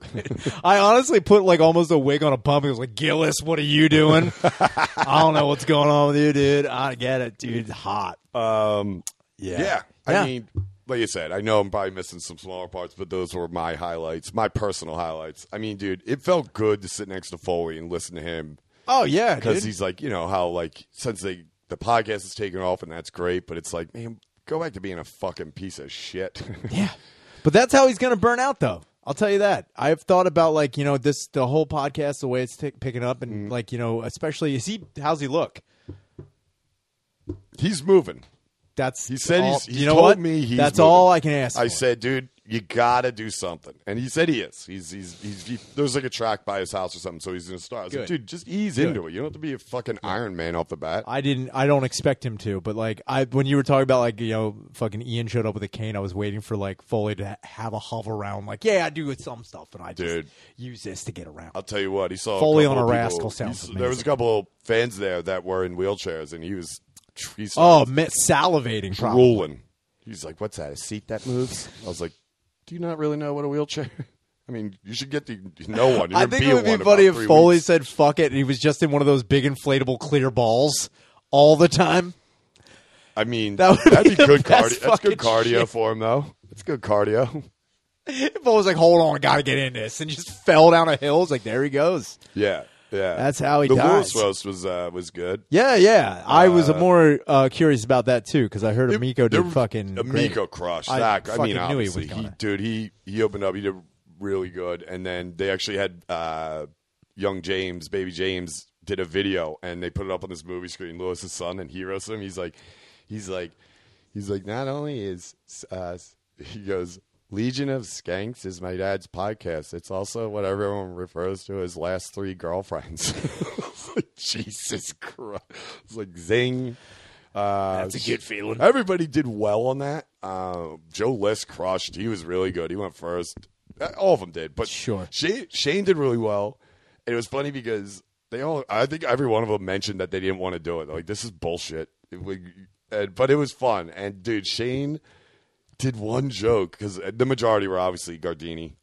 B: I honestly put like almost a wig on a pump. It was like, Gillis, what are you doing? I don't know what's going on with you, dude. I get it, dude. Hot.
A: um,
B: Yeah.
A: yeah. I mean, like you said, I know I'm probably missing some smaller parts, but those were my highlights, my personal highlights. I mean, dude, it felt good to sit next to Foley and listen to him
B: oh yeah,
A: because
B: dude.
A: he's like, you know, how like since they the podcast is taken off and that's great, but it's like, man, go back to being a fucking piece of shit.
B: Yeah. But that's how he's going to burn out, though. I'll tell you that. I've thought about like you know this the whole podcast, the way it's tick picking up,
A: Mm.
B: and like you know, especially is he how's he look?
A: He's moving.
B: That's
A: He said
B: all-
A: he's- he's
B: you know
A: told
B: what?
A: me he's
B: that's
A: moving.
B: all I can ask.
A: I
B: for.
A: said, dude, you gotta do something. And he said he is. He's he's he's he, there's like a track by his house or something, so he's gonna start. I was like,
B: Good.
A: dude, just ease into it. You don't have to be a fucking Iron Man off the bat.
B: I didn't. I don't expect him to, but like I when you were talking about like you know fucking Ian showed up with a cane, I was waiting for like Foley to ha- have a hover around. Like yeah, I do with some stuff, and I just
A: Dude.
B: use this to get around.
A: I'll tell you what, he saw
B: Foley
A: a couple
B: on a
A: of people-
B: rascal sounds
A: he's- There was a
B: amazing.
A: couple of fans there that were in wheelchairs, and he was he saw
B: oh, man, salivating. Probably.
A: drooling. He's like, "What's that? A seat that moves?" I was like, "Do you not really know what a wheelchair?" I mean, you should get to know one. You're
B: I
A: gonna
B: think
A: be
B: it
A: one
B: would be
A: in
B: funny
A: about
B: if
A: three
B: Foley
A: weeks.
B: said "fuck it" and he was just in one of those big inflatable clear balls all the time.
A: I mean,
B: That would
A: that'd
B: be
A: be,
B: the
A: good
B: best
A: cardio. That's good
B: fucking
A: cardio
B: shit.
A: for him, though. It's good cardio.
B: If Foley was like, "Hold on, I gotta get in this," and just fell down a hill, it's like there he goes.
A: Yeah, yeah.
B: That's how he
A: the
B: dies.
A: Lewis roast was uh, was good.
B: Yeah, yeah. I was more uh, curious about that too because I heard Amico
A: There
B: did
A: was-
B: fucking great.
A: Amico crushed.
B: I
A: that I mean,
B: fucking knew he was
A: obviously, he,
B: gonna.
A: dude, he he opened up. He did really good, and then they actually had uh, young James, baby James, did a video, and they put it up on this movie screen. Lewis's son, and he roasts him. He's like, he's like, he's like. Not only is uh, he goes. Legion of Skanks is my dad's podcast. It's also what everyone refers to as last three girlfriends. It's like, Jesus Christ. It's like zing. Uh,
D: That's a good feeling.
A: Everybody did well on that. Uh, Joe List crushed. He was really good. He went first. Uh, All of them did, but
B: Sure.
A: Shane, Shane did really well. And it was funny because they all. I think every one of them mentioned that they didn't want to do it. They're like this is bullshit. It would- and- but it was fun. And dude, Shane did one joke because the majority were obviously Gardini,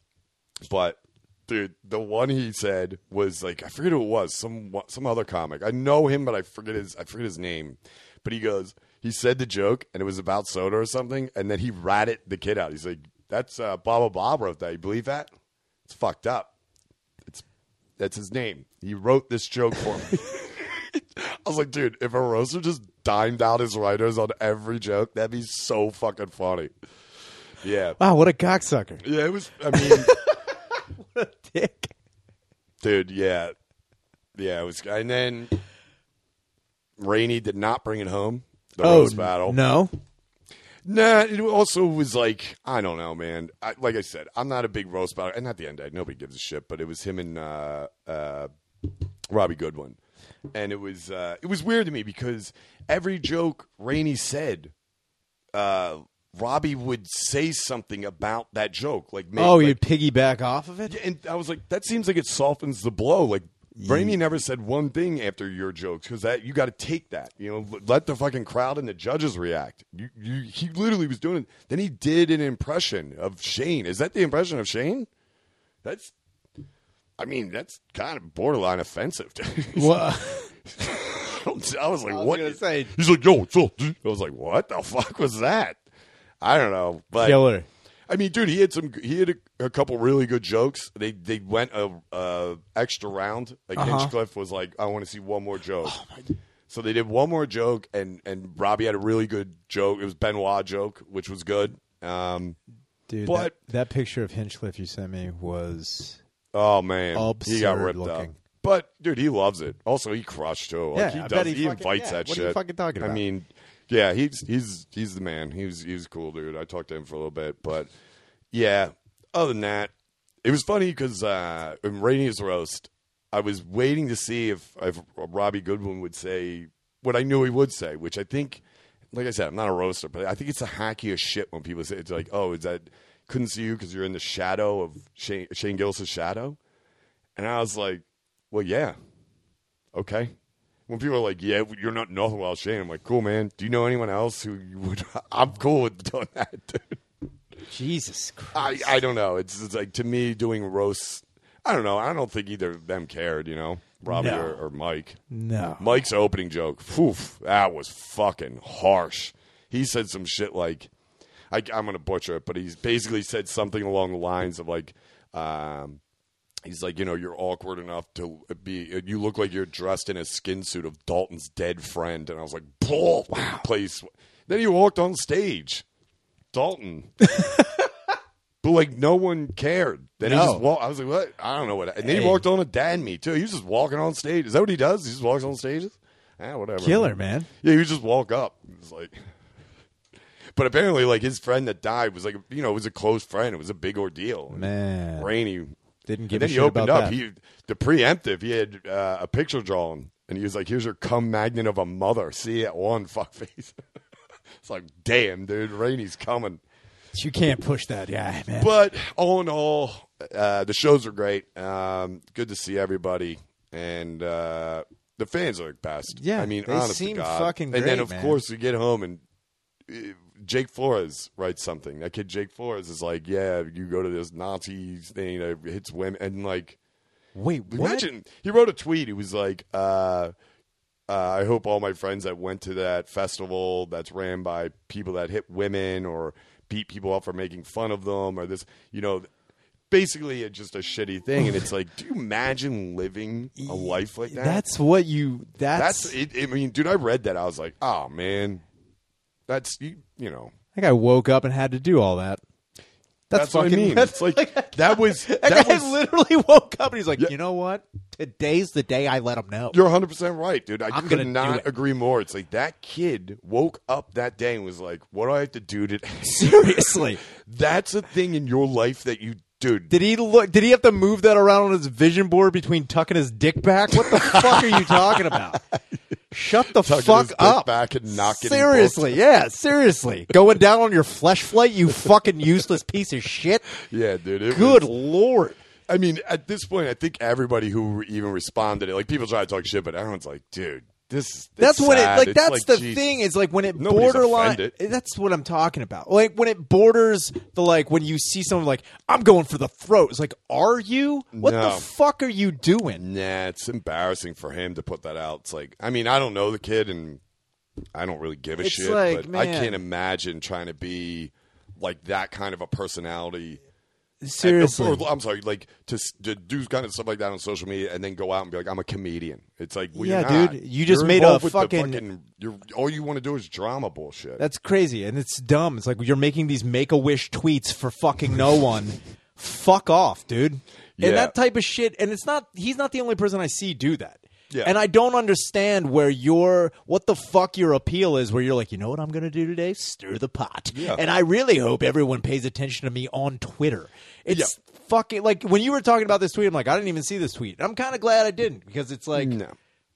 A: but dude, the one he said was like I forget who it was, some some other comic. I know him, but I forget his I forget his name. But he goes, he said the joke, and it was about soda or something, and then he ratted the kid out. He's like, "That's uh, blah blah blah wrote that. You believe that? It's fucked up. It's that's his name. He wrote this joke for me." I was like, dude, if a roaster just dimed out his writers on every joke, that'd be so fucking funny. Yeah.
B: Wow, what a cocksucker.
A: Yeah, it was. I mean,
B: Dick.
A: dude, yeah, yeah, it was. And then Rainey did not bring it home. The Rose battle.
B: Oh, No.
A: Nah, it also was like I don't know, man. I, like I said, I'm not a big roast battle, and at the end, I, nobody gives a shit. But it was him and uh, uh, Robbie Goodwin, and it was uh, it was weird to me because every joke Rainey said, uh, Robbie would say something about that joke, like make,
B: Oh,
A: like,
B: you piggyback off of it?
A: Yeah, and I was like, that seems like it softens the blow. Like Rainey never said one thing after your jokes because that you got to take that. You know, l- let the fucking crowd and the judges react. You, you, he literally was doing it. Then he did an impression of Shane. Is that the impression of Shane? That's, I mean, that's kind of borderline offensive. dude.
B: Wha-
A: I was like, what?
B: gonna say-
A: He's like, yo, what's up, dude? I was like, what the fuck was that? I don't know, but
B: Killer.
A: I mean, dude, he had some. He had a, a couple really good jokes. They they went a, a extra round. Like
B: Uh-huh.
A: Hinchcliffe was like, "I want to see one more joke."
B: Oh,
A: So they did one more joke, and and Robbie had a really good joke. It was Benoit joke, which was good. Um,
B: Dude,
A: But-
B: that, that picture of Hinchcliffe you sent me was
A: oh man, he got
B: Absurd
A: ripped up.
B: looking.
A: But dude, he loves it. Also, he crushed too. Like,
B: Yeah,
A: he
B: I
A: does.
B: bet he
A: he
B: fucking-
A: invites
B: yeah,
A: that
B: what are
A: shit.
B: you fucking talking
A: I
B: about?
A: mean, yeah, he's he's he's the man. He's he's cool, dude. I talked to him for a little bit, but yeah. Other than that, it was funny because uh, in Rainey's roast, I was waiting to see if if Robbie Goodwin would say what I knew he would say, which I think, like I said, I'm not a roaster, but I think it's the hackiest shit when people say it's like, oh, is that couldn't see you because you're in the shadow of Shane, Shane Gillis' shadow, and I was like, well, yeah okay. When people are like, yeah, you're not nothing without Shane, I'm like, cool, man. Do you know anyone else who you would? I'm cool with doing that, dude.
B: Jesus
A: I, I don't know. It's, it's like, to me, doing roasts, I don't know. I don't think either of them cared, you know, Robbie
B: No.
A: or, or Mike.
B: No.
A: Mike's opening joke, phew, that was fucking harsh. He said some shit like, I, I'm going to butcher it, but he's basically said something along the lines of like, um, he's like, you know, you're awkward enough to be, you look like you're dressed in a skin suit of Dalton's dead friend. And I was like, Bull, place. Then he walked on stage, Dalton. But like no one cared. Then he
B: No.
A: just walked. I was like, "What? I don't know what." And then he
B: Hey.
A: walked on a dad me too. He was just walking on stage. Is that what he does? He just walks on stages. Ah, whatever.
B: Killer, man.
A: Yeah, he would just walk up. It's like, but apparently, like his friend that died was like, you know, it was a close friend. It was a big ordeal.
B: Man.
A: rainy.
B: Didn't
A: And
B: give
A: then
B: a
A: he
B: shit
A: opened
B: about
A: up.
B: that.
A: He the preemptive. He had uh, a picture drawn, and he was like, "Here's your cum magnet of a mother. See it on fuckface." it's like, damn, dude, Rainey's coming.
B: you can't push that guy, man.
A: But all in all, uh, the shows are great. Um, good to see everybody, and uh, the fans are the best.
B: Yeah,
A: I mean,
B: they
A: honest
B: seem
A: to God.
B: fucking
A: And then
B: great,
A: of
B: man.
A: course we get home and uh, Jake Flores writes something. That kid Jake Flores is like, "Yeah, you go to this Nazi thing that hits women," and like,
B: Wait, what?
A: imagine he wrote a tweet. He was like, uh, uh, "I hope all my friends that went to that festival that's ran by people that hit women or beat people up for making fun of them or this, you know." Basically, it's just a shitty thing, and it's like, do you imagine living a life like that?
B: That's what you. That's.
A: that's. It, I mean, dude, I read that. I was like, oh man, that's you. You know,
B: that guy woke up and had to do all that. That's,
A: what
B: fucking.
A: I mean.
B: That's
A: it's like that was
B: that
A: that
B: guy
A: was
B: literally woke up and he's like,
A: Yeah.
B: you know what? today's the day I let him know.
A: You're 100 percent right, dude. I
B: I'm gonna
A: could
B: do it.
A: not agree more. It's like that kid woke up that day and was like, "What do I have to do to?"
B: Seriously,
A: That's a thing in your life that you, dude.
B: did he look? Did he have to move that around on his vision board between tucking his dick back? What the fuck are you talking about? Shut the
A: Tucking
B: fuck
A: his dick
B: up!
A: back and not getting
B: seriously, yeah, seriously, going down on your flesh flight, you fucking useless piece of shit.
A: yeah, dude. It
B: Good
A: was-
B: lord.
A: I mean, at this point, I think everybody who even responded, like people try to talk shit, but everyone's like, dude, this. it's
B: That's when it
A: sad.
B: like
A: It's
B: that's the
A: Jesus.
B: thing is like when it
A: Nobody's
B: borderline
A: offended.
B: that's what I'm talking about. Like when it borders the like when you see someone like I'm going for the throat. It's like are you? What
A: No.
B: the fuck are you doing?
A: Nah, it's embarrassing for him to put that out. It's like, I mean, I don't know the kid, and I don't really give a
B: It's
A: shit. but
B: like,
A: I
B: man.
A: can't imagine trying to be like that kind of a personality.
B: Seriously.
A: Or, I'm sorry, like to, s- to do kind of stuff like that on social media, and then go out and be like, "I'm a comedian." It's like, well,
B: Yeah,
A: you're not.
B: dude, you just
A: You're
B: made a
A: involved with the
B: fucking-
A: you're, all you want to do is drama bullshit.
B: That's crazy and it's dumb. It's like you're making these make-a-wish tweets for fucking no one. Fuck off, dude.
A: Yeah.
B: And that type of shit and it's not he's not the only person I see do that.
A: Yeah.
B: And I don't understand where your what the fuck your appeal is where you're like, "You know what I'm going to do today? Stir the pot."
A: Yeah.
B: And I really hope everyone pays attention to me on Twitter. It's fucking like when you were talking about this tweet, I'm like, "I didn't even see this tweet." I'm kind of glad I didn't because it's like
A: No.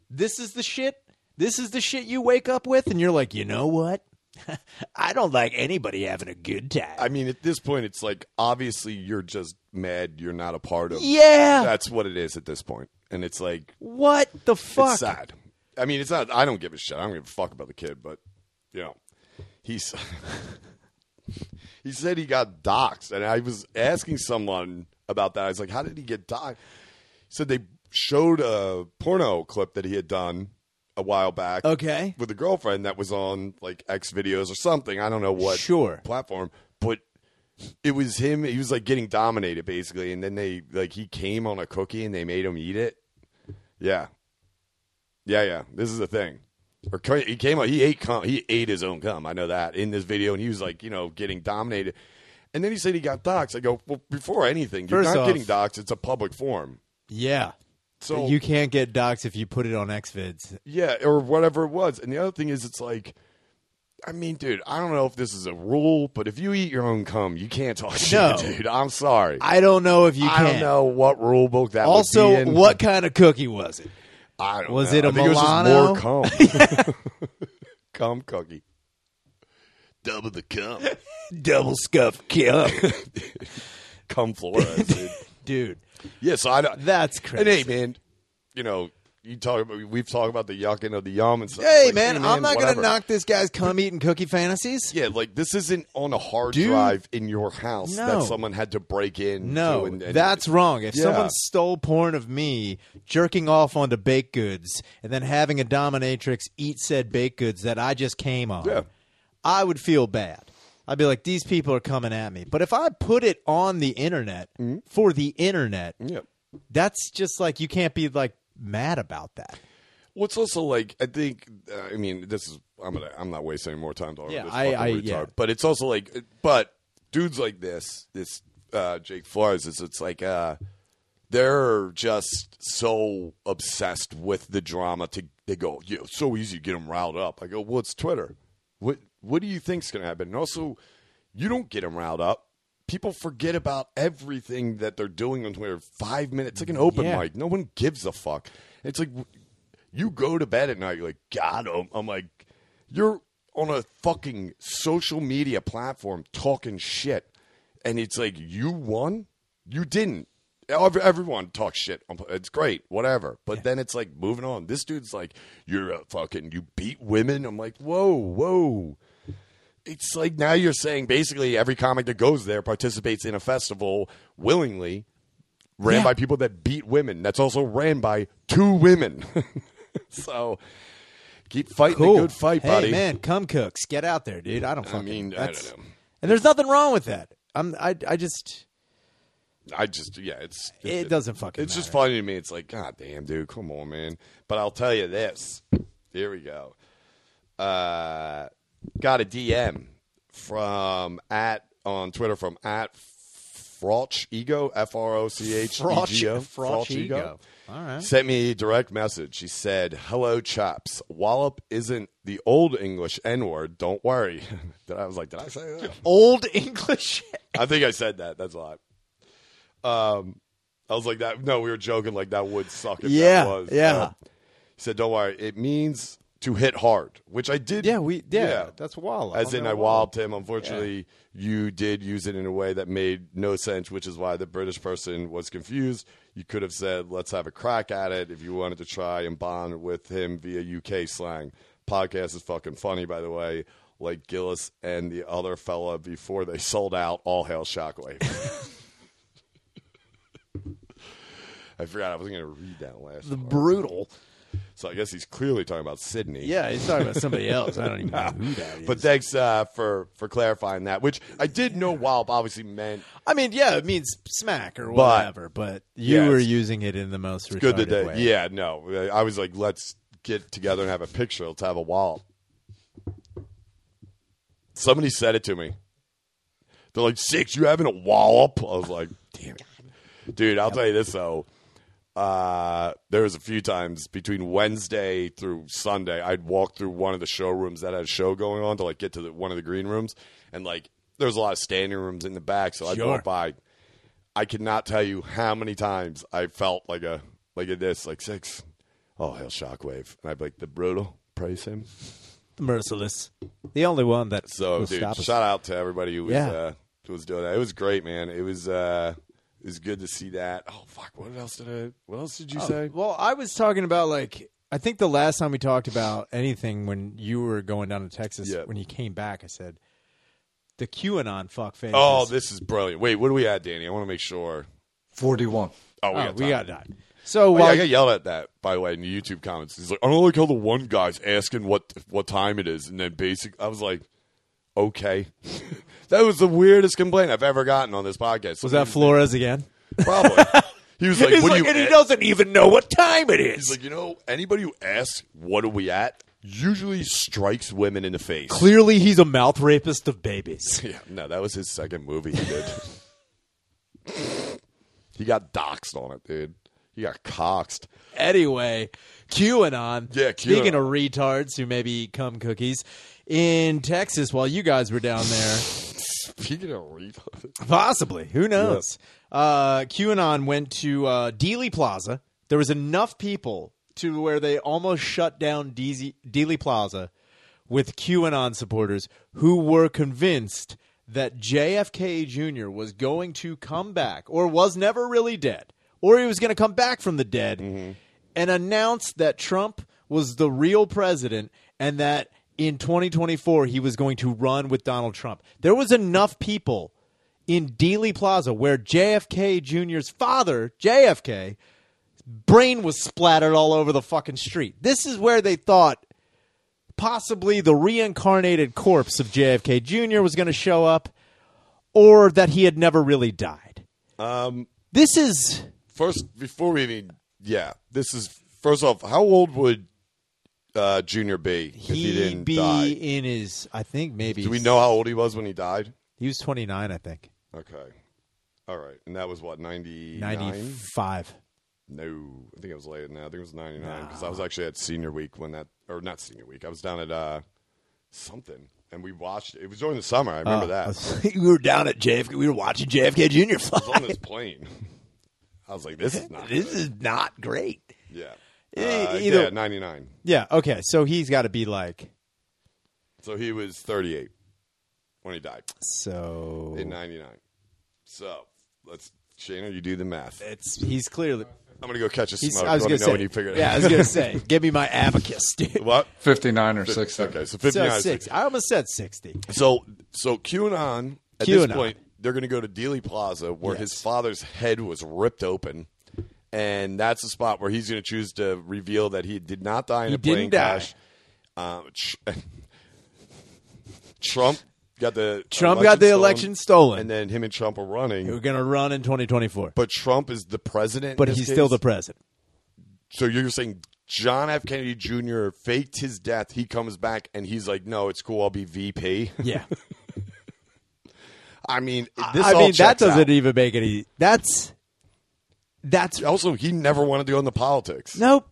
B: this is the shit. This is the shit you wake up with, and you're like, you know what? I don't like anybody having a good time.
A: I mean, at this point, it's like obviously you're just mad you're not a part of.
B: yeah.
A: that's what it is at this point, and it's like
B: what the fuck?
A: it's sad. I mean, it's not. I don't give a shit. I don't give a fuck about the kid, but you know, he's he said he got doxxed, and I was asking someone about that. I was like, "How did he get doxxed?" He said they showed a porno clip that he had done a while back,
B: Okay.
A: with a girlfriend that was on like X videos or something. I don't know what
B: Sure.
A: platform, but it was him. He was like getting dominated basically, and then they like he came on a cookie and they made him eat it. Yeah, yeah, yeah. This is the thing. Or ca- he came out. He ate cum. He ate his own cum. I know that in this video, and he was like, you know, getting dominated. And then he said he got doxxed. I go, well, before anything, you're
B: First
A: not
B: off-
A: getting doxxed. It's a public forum.
B: Yeah.
A: So
B: you can't get docs if you put it on Xvids.
A: yeah, or whatever it was. And the other thing is, it's like, I mean, dude, I don't know if this is a rule, but if you eat your own cum, you can't talk shit,
B: No.
A: dude. I'm sorry. I,
B: I don't know if you can.
A: don't know what rule book that would be
B: Also,
A: in.
B: what kind of cookie was it?
A: I don't
B: was
A: know.
B: it a
A: I think
B: Milano?
A: It was just more cum. cum cookie. Double the cum.
B: Double scuffed cup,
A: cum Flores, dude.
B: dude.
A: Yeah, so I don't.
B: That's
A: And hey,
B: crazy.
A: man, you know, you talk about, we've talked about the yucking of the yum and stuff.
B: Hey,
A: Like,
B: man, I'm not
A: whatever.
B: gonna knock this guy's cum eating cookie fantasies.
A: Yeah, like this isn't on a hard
B: Dude.
A: drive in your house
B: No.
A: that someone had to break in.
B: No,
A: to and, and-
B: that's wrong. If
A: Yeah.
B: someone stole porn of me jerking off onto baked goods and then having a dominatrix eat said baked goods that I just came on,
A: Yeah.
B: I would feel bad. I'd be like, these people are coming at me. But if I put it on the internet for the internet,
A: yeah.
B: that's just like you can't be like mad about that.
A: What's also like, I think, uh, I mean, this is I'm gonna I'm not wasting any more time talking
B: Yeah,
A: about this.
B: I-
A: fucking
B: I- yeah.
A: retard. But it's also like, but dudes like this, this uh, Jake Flores, is it's like uh, they're just so obsessed with the drama. To they go, you know, it's so easy to get them riled up. I go, well, it's Twitter. What what do you think's gonna happen? And also, you don't get them riled up. People forget about everything that they're doing on Twitter. Five minutes, it's like an open
B: Yeah.
A: mic. No one gives a fuck. It's like you go to bed at night, you're like, God, I'm, I'm like, you're on a fucking social media platform talking shit. And it's like, you won? You didn't. Ev- Everyone talks shit. on- It's great, whatever. But then it's like, moving on. This dude's like, you're a fucking, you beat women. I'm like, whoa, whoa. It's like now you're saying basically every comic that goes there participates in a festival willingly, ran
B: Yeah.
A: by people that beat women. That's also ran by two women. so keep fighting
B: Cool.
A: the good fight,
B: hey,
A: buddy.
B: man, cum cooks, get out there, dude. I don't fucking.
A: I mean, I
B: that's-
A: don't know.
B: And there's nothing wrong with that. I'm, I, I just,
A: I just yeah, it's
B: it doesn't fucking.
A: It's just
B: matter.
A: funny to me. It's like, God damn, dude, come on, man. But I'll tell you this. Here we go. Uh, got a DM from at on Twitter from at Froch Ego, F R O C H E G O,
D: Frotch ego. All right.
A: sent me a direct message. She said, "Hello, chaps. Wallop isn't the old English N word. Don't worry." Did I I was like, "Did I say that?"
D: Old English.
A: I think I said that. That's a lot. Um, I was like that. No, we were joking. Like that would suck. If
D: Yeah,
A: that was.
D: yeah.
A: Um, he said, "Don't worry. It means to hit hard," which I did.
D: Yeah, we yeah, that's wallop.
A: As
D: I'm
A: in,
D: gonna
A: I
D: wallop.
A: walloped him. Unfortunately, you did use it in a way that made no sense, which is why the British person was confused. You could have said, "Let's have a crack at it," if you wanted to try and bond with him via UK slang. Podcast is fucking funny, by the way. Like Gillis and the other fella before they sold out. All hail Shockwave. I forgot I wasn't going to read that last. part.
D: Brutal.
A: so I guess he's clearly talking about Sydney.
D: Yeah, he's talking about somebody else. I don't even know who that is.
A: But thanks uh, for for clarifying that, which I did know Wallop obviously meant
B: I mean, yeah, it means smack or whatever, but, you
A: Yeah,
B: were
A: it's-
B: using it in the most retarded
A: good today.
B: way.
A: Yeah, no, I was like, let's get together and have a picture. Let's have a Wallop. Somebody said it to me. They're like, six, you having a Wallop? I was like, damn it, dude. I'll tell you this though. Uh, there was a few times between Wednesday through Sunday, I'd walk through one of the showrooms that had a show going on to like get to the, one of the green rooms, and like there was a lot of standing rooms in the back, so I'd
B: Sure.
A: walk by. I cannot tell you how many times I felt like a like a this like six. Oh hell, shockwave, and I'd be like the brutal. Praise him.
B: Merciless. The only one that
A: So,
B: will
A: dude,
B: stop us.
A: shout out to everybody who was
B: Yeah.
A: uh, who was doing that. It was great, man. It was uh, it was good to see that. Oh fuck, what else did I? What else did you say?
B: Well, I was talking about like I think the last time we talked about anything when you were going down to Texas
A: Yeah.
B: when you came back, I said the QAnon fuck faces.
A: Oh, this is brilliant. Wait, what do we at, Danny? I want to make sure.
C: 41.
A: Oh, we
B: Oh,
A: got time.
B: we got time.
A: Oh,
B: So
A: yeah,
B: while
A: I got yelled at that, by the way, in the YouTube comments. He's like, I don't like how the one guy's asking what what time it is, and then basic. I was like, okay, that was the weirdest complaint I've ever gotten on this podcast.
B: was that Flores again?
A: Probably. He was like,
B: He's
A: what do
B: like,
A: you?
B: and he
A: a-"
B: doesn't even know what time it is.
A: He's like, you know, anybody who asks what are we at usually strikes women in the face.
B: Clearly, he's a mouth rapist of babies.
A: Yeah, no, that was his second movie he did. he got doxxed on it, dude. He got coxed.
B: anyway, QAnon.
A: Yeah, QAnon.
B: Speaking of retards who maybe come cookies in Texas while you guys were down there.
A: Speaking of retard.
B: Possibly. Who knows? Uh, QAnon went to uh, Dealey Plaza. There was enough people to where they almost shut down Deasy- Dealey Plaza with QAnon supporters who were convinced that JFK Jr. was going to come back or was never really dead or he was going to come back from the dead and announce that Trump was the real president and that in 2024 he was going to run with Donald Trump. There was enough people in Dealey Plaza where JFK Jr.'s father, JFK, 's brain was splattered all over the fucking street. This is where they thought possibly the reincarnated corpse of JFK Jr. was going to show up or that he had never really died.
A: Um,
B: This is
A: first, before we even, yeah, this is first off. How old would uh, Junior be if he
B: he'd
A: didn't
B: be
A: die?
B: in his I think maybe
A: Do we know how old he was when he died?
B: he was 29 I think.
A: Okay, all right, and that was what ninety nine.
B: 95.
A: No, I think it was later now. I think it was 99 because I was actually at senior week when that, or not senior week. I was down at uh, something and we watched it. It was during the summer. I
B: Uh,
A: remember that. I was
B: we were down at JFK. We were watching JFK Jr. fly.
A: on this plane. I was like, this is not.
B: This is not great.
A: Yeah.
B: E-
A: Uh,
B: either-
A: yeah, 99.
B: Yeah. Okay. So he's got to be like
A: So he was 38 when he died
B: so.
A: in 99. So let's, Shana, you do the math.
B: It's he's clearly.
A: I'm going to go catch a
B: He's,
A: smoke.
B: I was
A: Let
B: gonna
A: me know
B: say.
A: when you figure it
B: yeah,
A: out.
B: I was gonna say. Give me my abacus, dude.
A: what?
C: 59 or 60.
A: Okay, so
B: So
A: 59.
B: six. I almost said sixty.
A: So so QAnon at
B: QAnon.
A: this point they're going to go to Dealey Plaza where his father's head was ripped open, and that's the spot where he's going to choose to reveal that he did not die in a plane
B: didn't die.
A: crash. Um, tr- Trump got the
B: Trump got the election stolen.
A: and then him and Trump are running.
B: We're gonna run in twenty twenty four,
A: but Trump is the president. in
B: but
A: this
B: he's still the
A: case.
B: president.
A: so you're saying John F. Kennedy Jr. faked his death. He comes back and he's like, "No, it's cool. I'll be VP."
B: Yeah.
A: I mean, this
B: I
A: all
B: mean, that
A: checks
B: doesn't
A: out.
B: even make any. That's that's
A: Also, he never wanted to go into politics,
B: nope.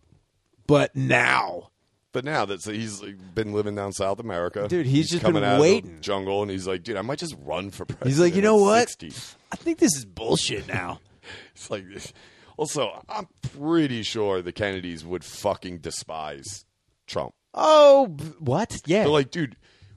B: But now,
A: but now that he's like, been living down South America,
B: Dude, he's just been
A: coming out of the
B: waiting.
A: jungle, and he's like, dude, I might just run for president.
B: He's like, you
A: at
B: know what?
A: 60."
B: I think this is bullshit now.
A: It's like, also, I'm pretty sure the Kennedys would fucking despise Trump.
B: oh, b- what? Yeah.
A: They're like, dude,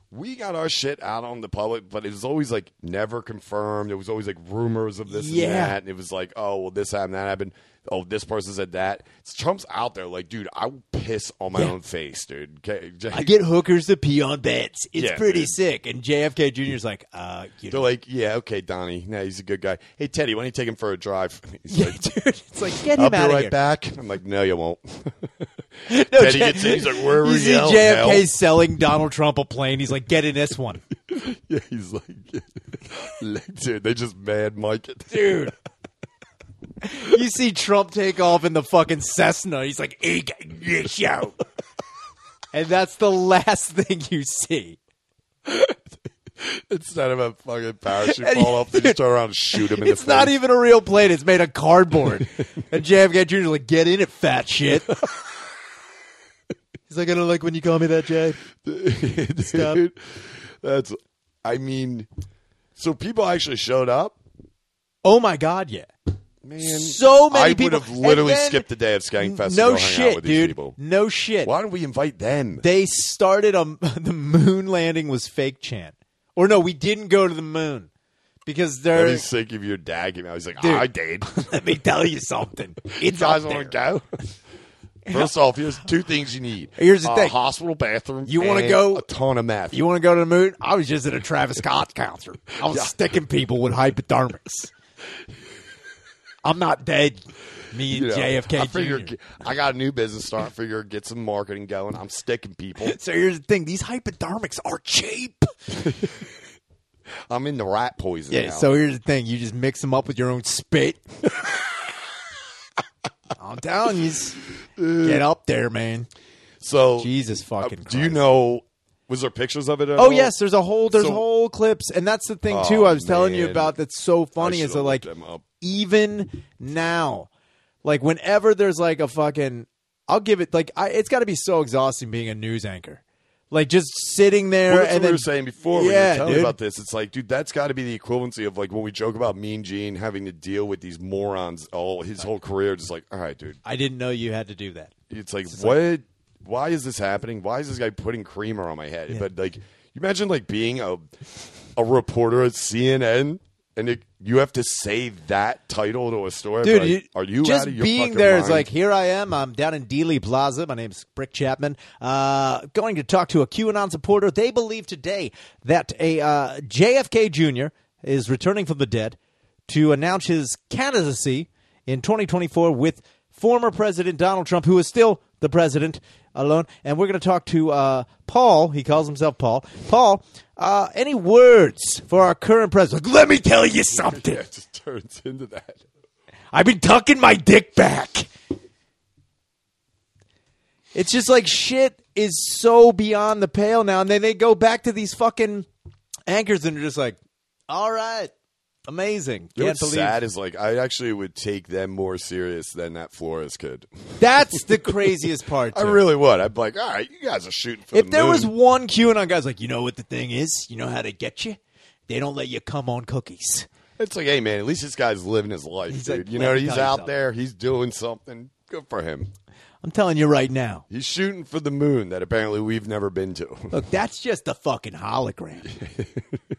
A: we got our shit out on the public, but it was always like never confirmed. It was always like rumors of this and
B: Yeah.
A: that. And it was like, oh, well, this happened, that happened. Oh, this person said that. It's Trump's out there like, dude, I will piss on my
B: Yeah.
A: own face, dude. Okay.
B: I get hookers to pee on beds. It's
A: Yeah,
B: pretty
A: man.
B: sick. And JFK Jr. is like, uh, you
A: They're
B: know,
A: like, yeah, okay, Donnie. Now he's a good guy. Hey, Teddy, why don't you take him for a drive? He's
B: yeah,
A: like,
B: dude, it's like get him
A: I'll be
B: out of
A: right
B: here.
A: back. I'm like, no, you won't.
B: No,
A: Teddy
B: J-
A: gets in, he's like, where were
B: you? see
A: you? Hell,
B: JFK
A: hell.
B: selling Donald Trump a plane. He's like, get in this one,
A: Yeah, he's like, like, dude, they just mad Mike it.
B: dude. you see Trump take off in the fucking Cessna. He's like, "Eek, eek, yo. and that's the last thing you see.
A: Instead of a fucking parachute
B: And
A: fall off, they just turn around and shoot him in
B: It's
A: the face.
B: not even a real plane. It's made of cardboard. and JFK Jr. is like, get in it, fat shit. He's like, I don't like when you call me that, Jay.
A: Dude,
B: Stop.
A: That's, I mean, so people actually showed up.
B: Oh my God, yeah.
A: Man,
B: So many
A: I
B: people.
A: would have literally
B: And then-
A: skipped the day of Skankfest. to go hang
B: No
A: out
B: shit,
A: with these
B: dude.
A: people.
B: No shit.
A: Why don't we invite them?
B: They started on the moon landing was fake chant. Or no, we didn't go to the moon because
A: That'd
B: they're.
A: be sick if your dad came out. He's like,
B: Dude.
A: I did.
B: Let me tell you something. It's
A: guys
B: out
A: want to
B: there.
A: go? First off, here's two things you need.
B: Here's the
A: a
B: thing.
A: hospital bathroom.
B: You wanna
A: and
B: go-
A: A ton of meth.
B: You want to go to the moon? I was just at a Travis Scott concert. I was sticking people with hypodermics. I'm not dead. Me and
A: You know,
B: JFK
A: I figure
B: Jr.
A: I got a new business start. I figure get some marketing going. I'm sticking people.
B: So here's the thing: these hypodermics are cheap.
A: I'm in the rat poison.
B: Yeah.
A: now.
B: So here's the thing: you just mix them up with your own spit. I'm telling you, get up there, man.
A: so
B: Jesus
A: uh,
B: fucking.
A: do you
B: Christ.
A: know? Was there pictures of it? At
B: Oh
A: all?
B: yes, there's a whole there's
A: So-
B: whole clips, and that's the thing
A: Oh,
B: too. I was telling you
A: man.
B: about that's so
A: I
B: funny is
A: should've
B: that like
A: looked them up.
B: even now, like whenever there's like a fucking, I'll give it like I, it's got to be so exhausting being a news anchor, like just sitting there
A: Well, that's
B: and
A: what we
B: then
A: were saying before when you
B: Yeah,
A: were telling
B: dude.
A: about this. It's like, dude, that's got to be the equivalency of like when we joke about Mean Gene having to deal with these morons all his whole career. Just like, all right, dude,
B: I didn't know you had to do that.
A: it's like what why is this happening why is this guy putting creamer on my head but like you imagine like being a a reporter at cnn and it, you have to say that title to a story
B: Dude,
A: like,
B: you,
A: are you
B: just
A: out of your
B: being
A: fucking
B: there is
A: mind?
B: like here I am. I'm down in Dealey Plaza. My name's Brick Chapman. Uh, going to talk to a QAnon supporter. They believe today that a uh, JFK Jr. is returning from the dead to announce his candidacy in 2024 with former President Donald Trump, who is still the president alone. And we're going to talk to uh, Paul. He calls himself Paul. Paul, uh, any words for our current president? Let me tell you something.
A: yeah, it just turns into that
B: I've been tucking my dick back. It's just like shit is so beyond the pale now. And then they go back to these fucking anchors and are just like, all right, amazing.
A: you know
B: Can't
A: what's
B: believe
A: sad is like i actually would take them more serious than that flores kid
B: That's the craziest part.
A: i
B: too.
A: really would i'd be like all right you guys are shooting for
B: if
A: the
B: there
A: moon.
B: was one QAnon guy's like, you know what the thing is? You know how they get you? They don't let you come on cookies.
A: it's like hey man at least this guy's living his life
B: He's
A: dude
B: like,
A: you
B: let
A: know
B: me
A: he's
B: tell you
A: out
B: something.
A: there he's doing something good for him
B: I'm telling you right now.
A: He's shooting for the moon that apparently we've never been to.
B: Look, that's just a fucking hologram.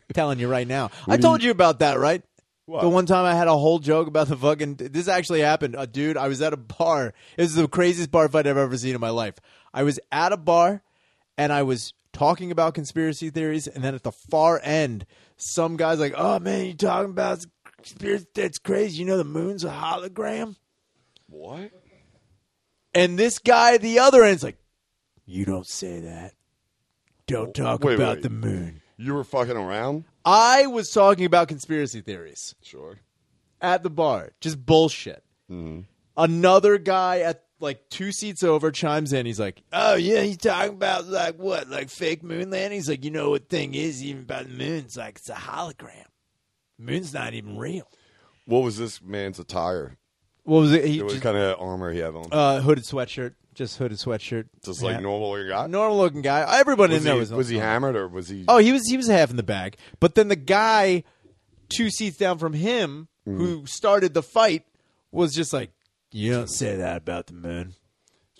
B: telling you right now. I told you about that, right?
A: What?
B: The one time I had a whole joke about the fucking. This actually happened. A dude, I was at a bar. This is the craziest bar fight I've ever seen in my life. I was at a bar and I was talking about conspiracy theories, and then at the far end, some guy's like, oh man, you talking about conspiracy? That's crazy. You know the moon's a hologram?
A: What?
B: And this guy at the other end's like, you don't say that. Don't talk
A: wait,
B: about
A: wait.
B: the moon.
A: You were fucking around?
B: I was talking about conspiracy theories
A: Sure.
B: at the bar, just bullshit.
A: Mm-hmm.
B: Another guy at like two seats over chimes in. He's like, "Oh yeah, you talking about like what, like fake moon landings? Like you know what thing is even about the moon? It's like it's a hologram." Moon's not even real.
A: What was this man's attire?
B: What was it? He
A: It was
B: just-
A: kind of armor he had on,
B: uh, hooded sweatshirt, just hooded sweatshirt,
A: just like
B: Yeah.
A: normal you got.
B: normal looking guy. Everyone
A: was
B: in
A: he,
B: there
A: was,
B: was
A: he hammered or was he?
B: Oh, he was he was half in the bag. But then the guy two seats down from him who started the fight was just like, "You don't say that about the moon."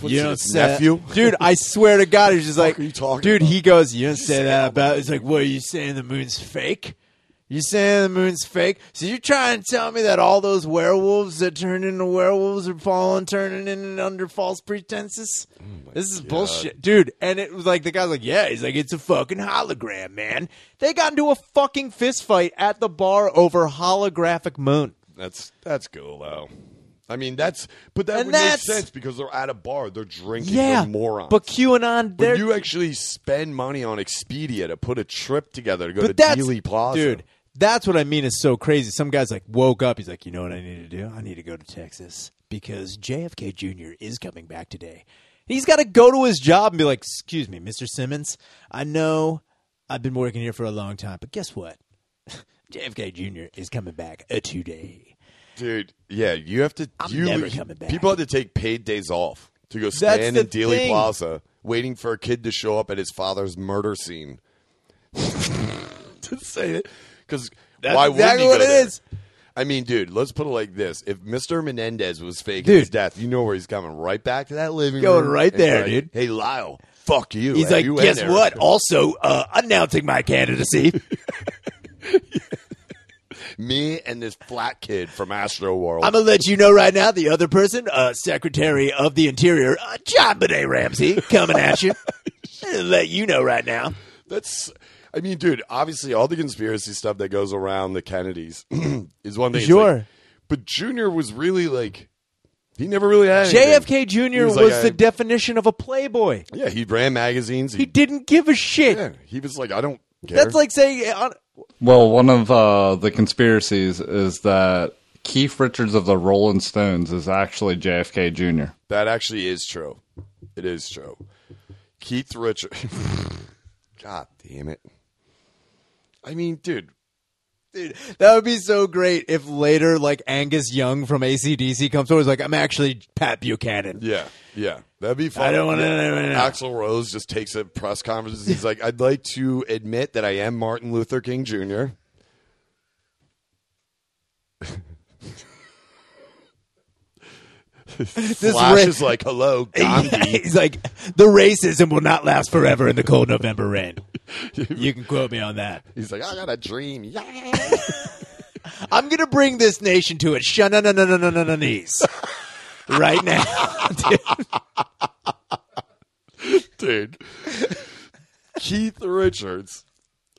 A: What's
B: you don't
A: his
B: say
A: nephew?
B: that. dude. I swear to God, he's just like,
A: are you talking
B: dude.
A: about?
B: He goes, you don't say that about. It's like, what are you saying? The moon's fake. You saying the moon's fake? So you're trying to tell me that all those werewolves that turned into werewolves are falling, turning in under false pretenses?
A: Oh
B: this is bullshit, dude. And it was like the guy's like, yeah. He's like, it's a fucking hologram, man. They got into a fucking fist fight at the bar over holographic moon.
A: That's that's cool though. I mean, that's but that
B: And
A: would make
B: that's-
A: sense because they're at a bar, they're drinking,
B: Yeah,
A: they're morons.
B: But QAnon,
A: when
B: they're
A: you actually spend money on Expedia to put a trip together to go
B: but
A: to
B: that's
A: Dealey Plaza,
B: dude. That's what I mean is so crazy. Some guy's like woke up. He's like, you know what I need to do? I need to go to Texas because JFK Jr. is coming back today. He's got to go to his job and be like, excuse me, Mr. Simmons. I know I've been working here for a long time, but guess what? JFK Jr. is coming back uh, today.
A: Dude, yeah, you have to.
B: I'm
A: you,
B: never coming back.
A: People had to take paid days off to go
B: That's
A: stand
B: the
A: in Dealey
B: thing.
A: Plaza, waiting for a kid to show up at his father's murder scene. to say it, because why
B: exactly
A: would
B: what
A: he
B: it
A: go there?
B: is.
A: I mean, dude, let's put it like this: If Mister Menendez was faking
B: Dude.
A: his death, you know where he's coming right back to that living
B: Going
A: room,
B: right
A: and
B: there,
A: like,
B: dude.
A: Hey, Lyle, fuck you.
B: He's
A: Hey,
B: like,
A: you in
B: guess
A: there."
B: what? Also, uh, announcing my candidacy.
A: Me and this flat kid from Astro World.
B: I'm gonna let you know right now. The other person, uh, Secretary of the Interior, uh, John Benet Ramsey, coming at you. I'll let you know right now.
A: That's, I mean, dude. Obviously, all the conspiracy stuff that goes around the Kennedys is one thing. It's
B: Sure.
A: like- but Junior was really like, he never really had anything.
B: JFK Jr.
A: He was
B: was,
A: like, I-
B: the definition of a playboy.
A: Yeah, he ran magazines. He,
B: He didn't give a shit.
A: yeah, he was like, I don't care.
B: That's like saying, uh,
C: Well, one of uh, the conspiracies is that Keith Richards of the Rolling Stones is actually JFK Jr.
A: that. Actually, is true. It is true. Keith Richard. God damn it. I mean, dude.
B: dude, that would be so great if later, like Angus Young from ACDC comes over, is like, I'm actually Pat Buchanan.
A: Yeah, yeah, that'd be fun.
B: I don't wanna-
A: Axel Rose just takes a press conference. He's like, "I'd like to admit that I am Martin Luther King Jr."
B: This
A: Flash
B: ra-
A: is like, "Hello, Gandhi."
B: He's like, the racism will not last forever in the cold November rain. You can quote me on that.
A: He's like, "I got a dream." Yeah.
B: I'm gonna bring this nation to its no no no no no no knees right now. Dude,
A: dude. Keith Richards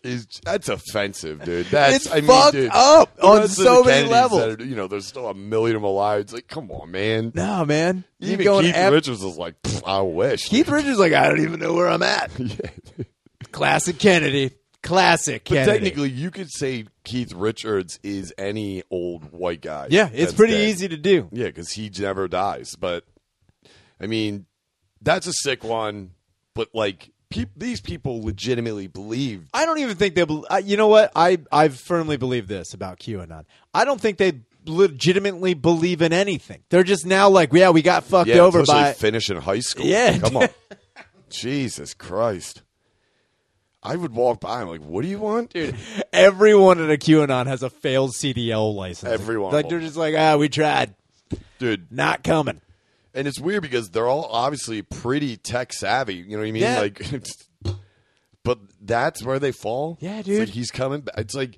A: is that's offensive, dude. That's
B: It's
A: I mean,
B: fucked
A: dude,
B: up
A: the
B: on
A: rest of
B: so
A: the
B: many
A: Kennedys
B: levels.
A: that are- you know, there's still a million of them alive. It's like, come on, man.
B: no, man, you
A: Even
B: going
A: Keith
B: af-
A: Richards is like, "Pfft, I wish.
B: Keith Richards is like I don't even know where I'm at. Classic Kennedy. Classic
A: but
B: Kennedy.
A: technically, you could say Keith Richards is any old white guy.
B: yeah, it's
A: that's
B: pretty
A: dead.
B: easy to do.
A: Yeah, because he never dies. But I mean, that's a sick one. But like, peop these people legitimately believe
B: I don't even think they. bel uh, you know what? I I firmly believe this about QAnon. I don't think they legitimately believe in anything. They're just now like, yeah, we got fucked
A: yeah,
B: over
A: especially
B: by
A: finishing high school.
B: Yeah.
A: come on, Jesus Christ! I would walk by. I'm like, what do you want, dude?
B: everyone at a QAnon has a failed CDL license.
A: Everyone.
B: like they're just like, ah, we tried,
A: Dude,
B: not coming.
A: and it's weird because they're all obviously pretty tech savvy. You know what I mean?
B: Yeah.
A: Like, it's- but that's where they fall.
B: Yeah,
A: It's
B: dude.
A: like he's coming. back. It's like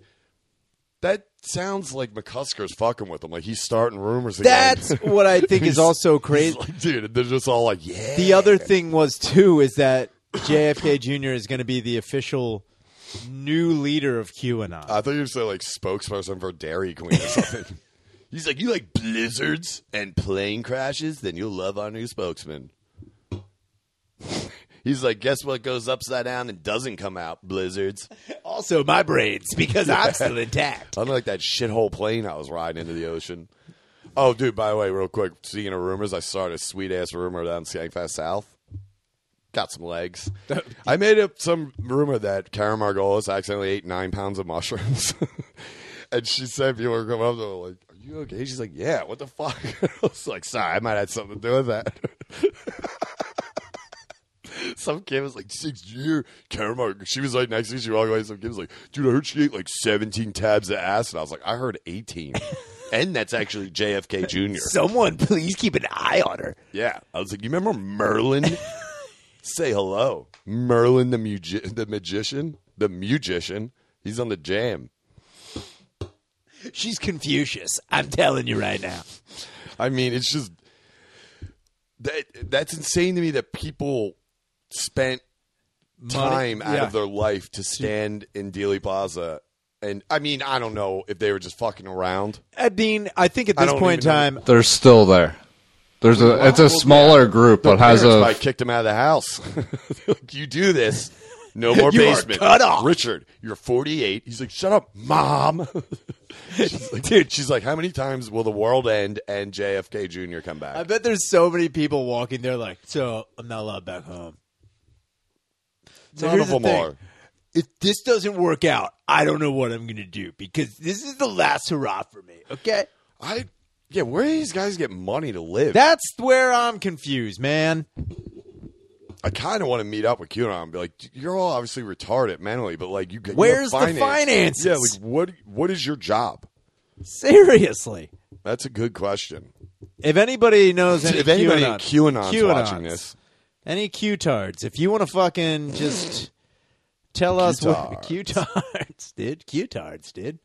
A: that sounds like McCusker's fucking with him. Like he's starting rumors. again.
B: That's what I think is
A: He's-
B: also
A: he's
B: crazy.
A: like, dude. They're just all like, yeah.
B: The other thing was too is that JFK Jr. is going to be the official new leader of QAnon.
A: I thought you said like spokesperson for Dairy Queen or something. He's like, you like blizzards and plane crashes, then you'll love our new spokesman. He's like, guess what goes upside down and doesn't come out? Blizzards.
B: also, my braids because I'm still intact.
A: Unlike that shithole plane I was riding into the ocean. Oh, dude, by the way, real quick, speaking of rumors, I started a sweet ass rumor down in Skankfest South. Got some legs. I made up some rumor that Karen Margolis accidentally ate nine pounds of mushrooms. and she said, people were coming up to her like, "Are you okay?" She's like, "Yeah." What the fuck? I was like, "Sorry, I might have something to do with that." Some kid was like six year camera. She was like next to me. She walked away. Some kid was like, "Dude, I heard she ate like seventeen tabs of ass," and I was like, "I heard 18. and that's actually JFK Jr.
B: Someone, please keep an eye on her.
A: Yeah, I was like, you remember Merlin? Say hello, Merlin the mugi- the magician, the musician. He's on the jam.
B: She's Confucius. I'm telling you right now.
A: I mean, it's just that that's insane to me that people spent time out
B: yeah.
A: of their life to stand in Dealey Plaza. And I mean, I don't know if they were just fucking around.
B: I mean, I think at
A: I
B: this
A: don't
B: point in
A: even know.
B: time,
C: They're still there. There's a it's a smaller group, but has
A: Parents
B: uh,
C: a
A: probably kicked him out of the house. you do this, no more
B: You are
A: basement.
B: cut off.
A: Richard, you're 48. He's like, shut up, mom. she's like,
B: Dude.
A: she's like, how many times will the world end and JFK Jr. come back?
B: I bet there's so many people walking there like, so I'm not allowed back home. So
A: None of
B: here's the
A: them
B: thing.
A: are.
B: If this doesn't work out, I don't know what I'm going to do because this is the last hurrah for me, okay?
A: I yeah, where do these guys get money to live?
B: That's where I'm confused, man.
A: I kind of want to meet up with QAnon and be like, you're all obviously retarded mentally, but like, you you have
B: Where's the
A: finance.
B: finances?
A: Yeah, like what what is your job?
B: Seriously.
A: That's a good question.
B: If anybody knows any
A: If anybody in
B: QAnon,
A: QAnon's watching this,
B: any Q-tards, if you want to fucking just tell us what Q-tards did, Q-tards did.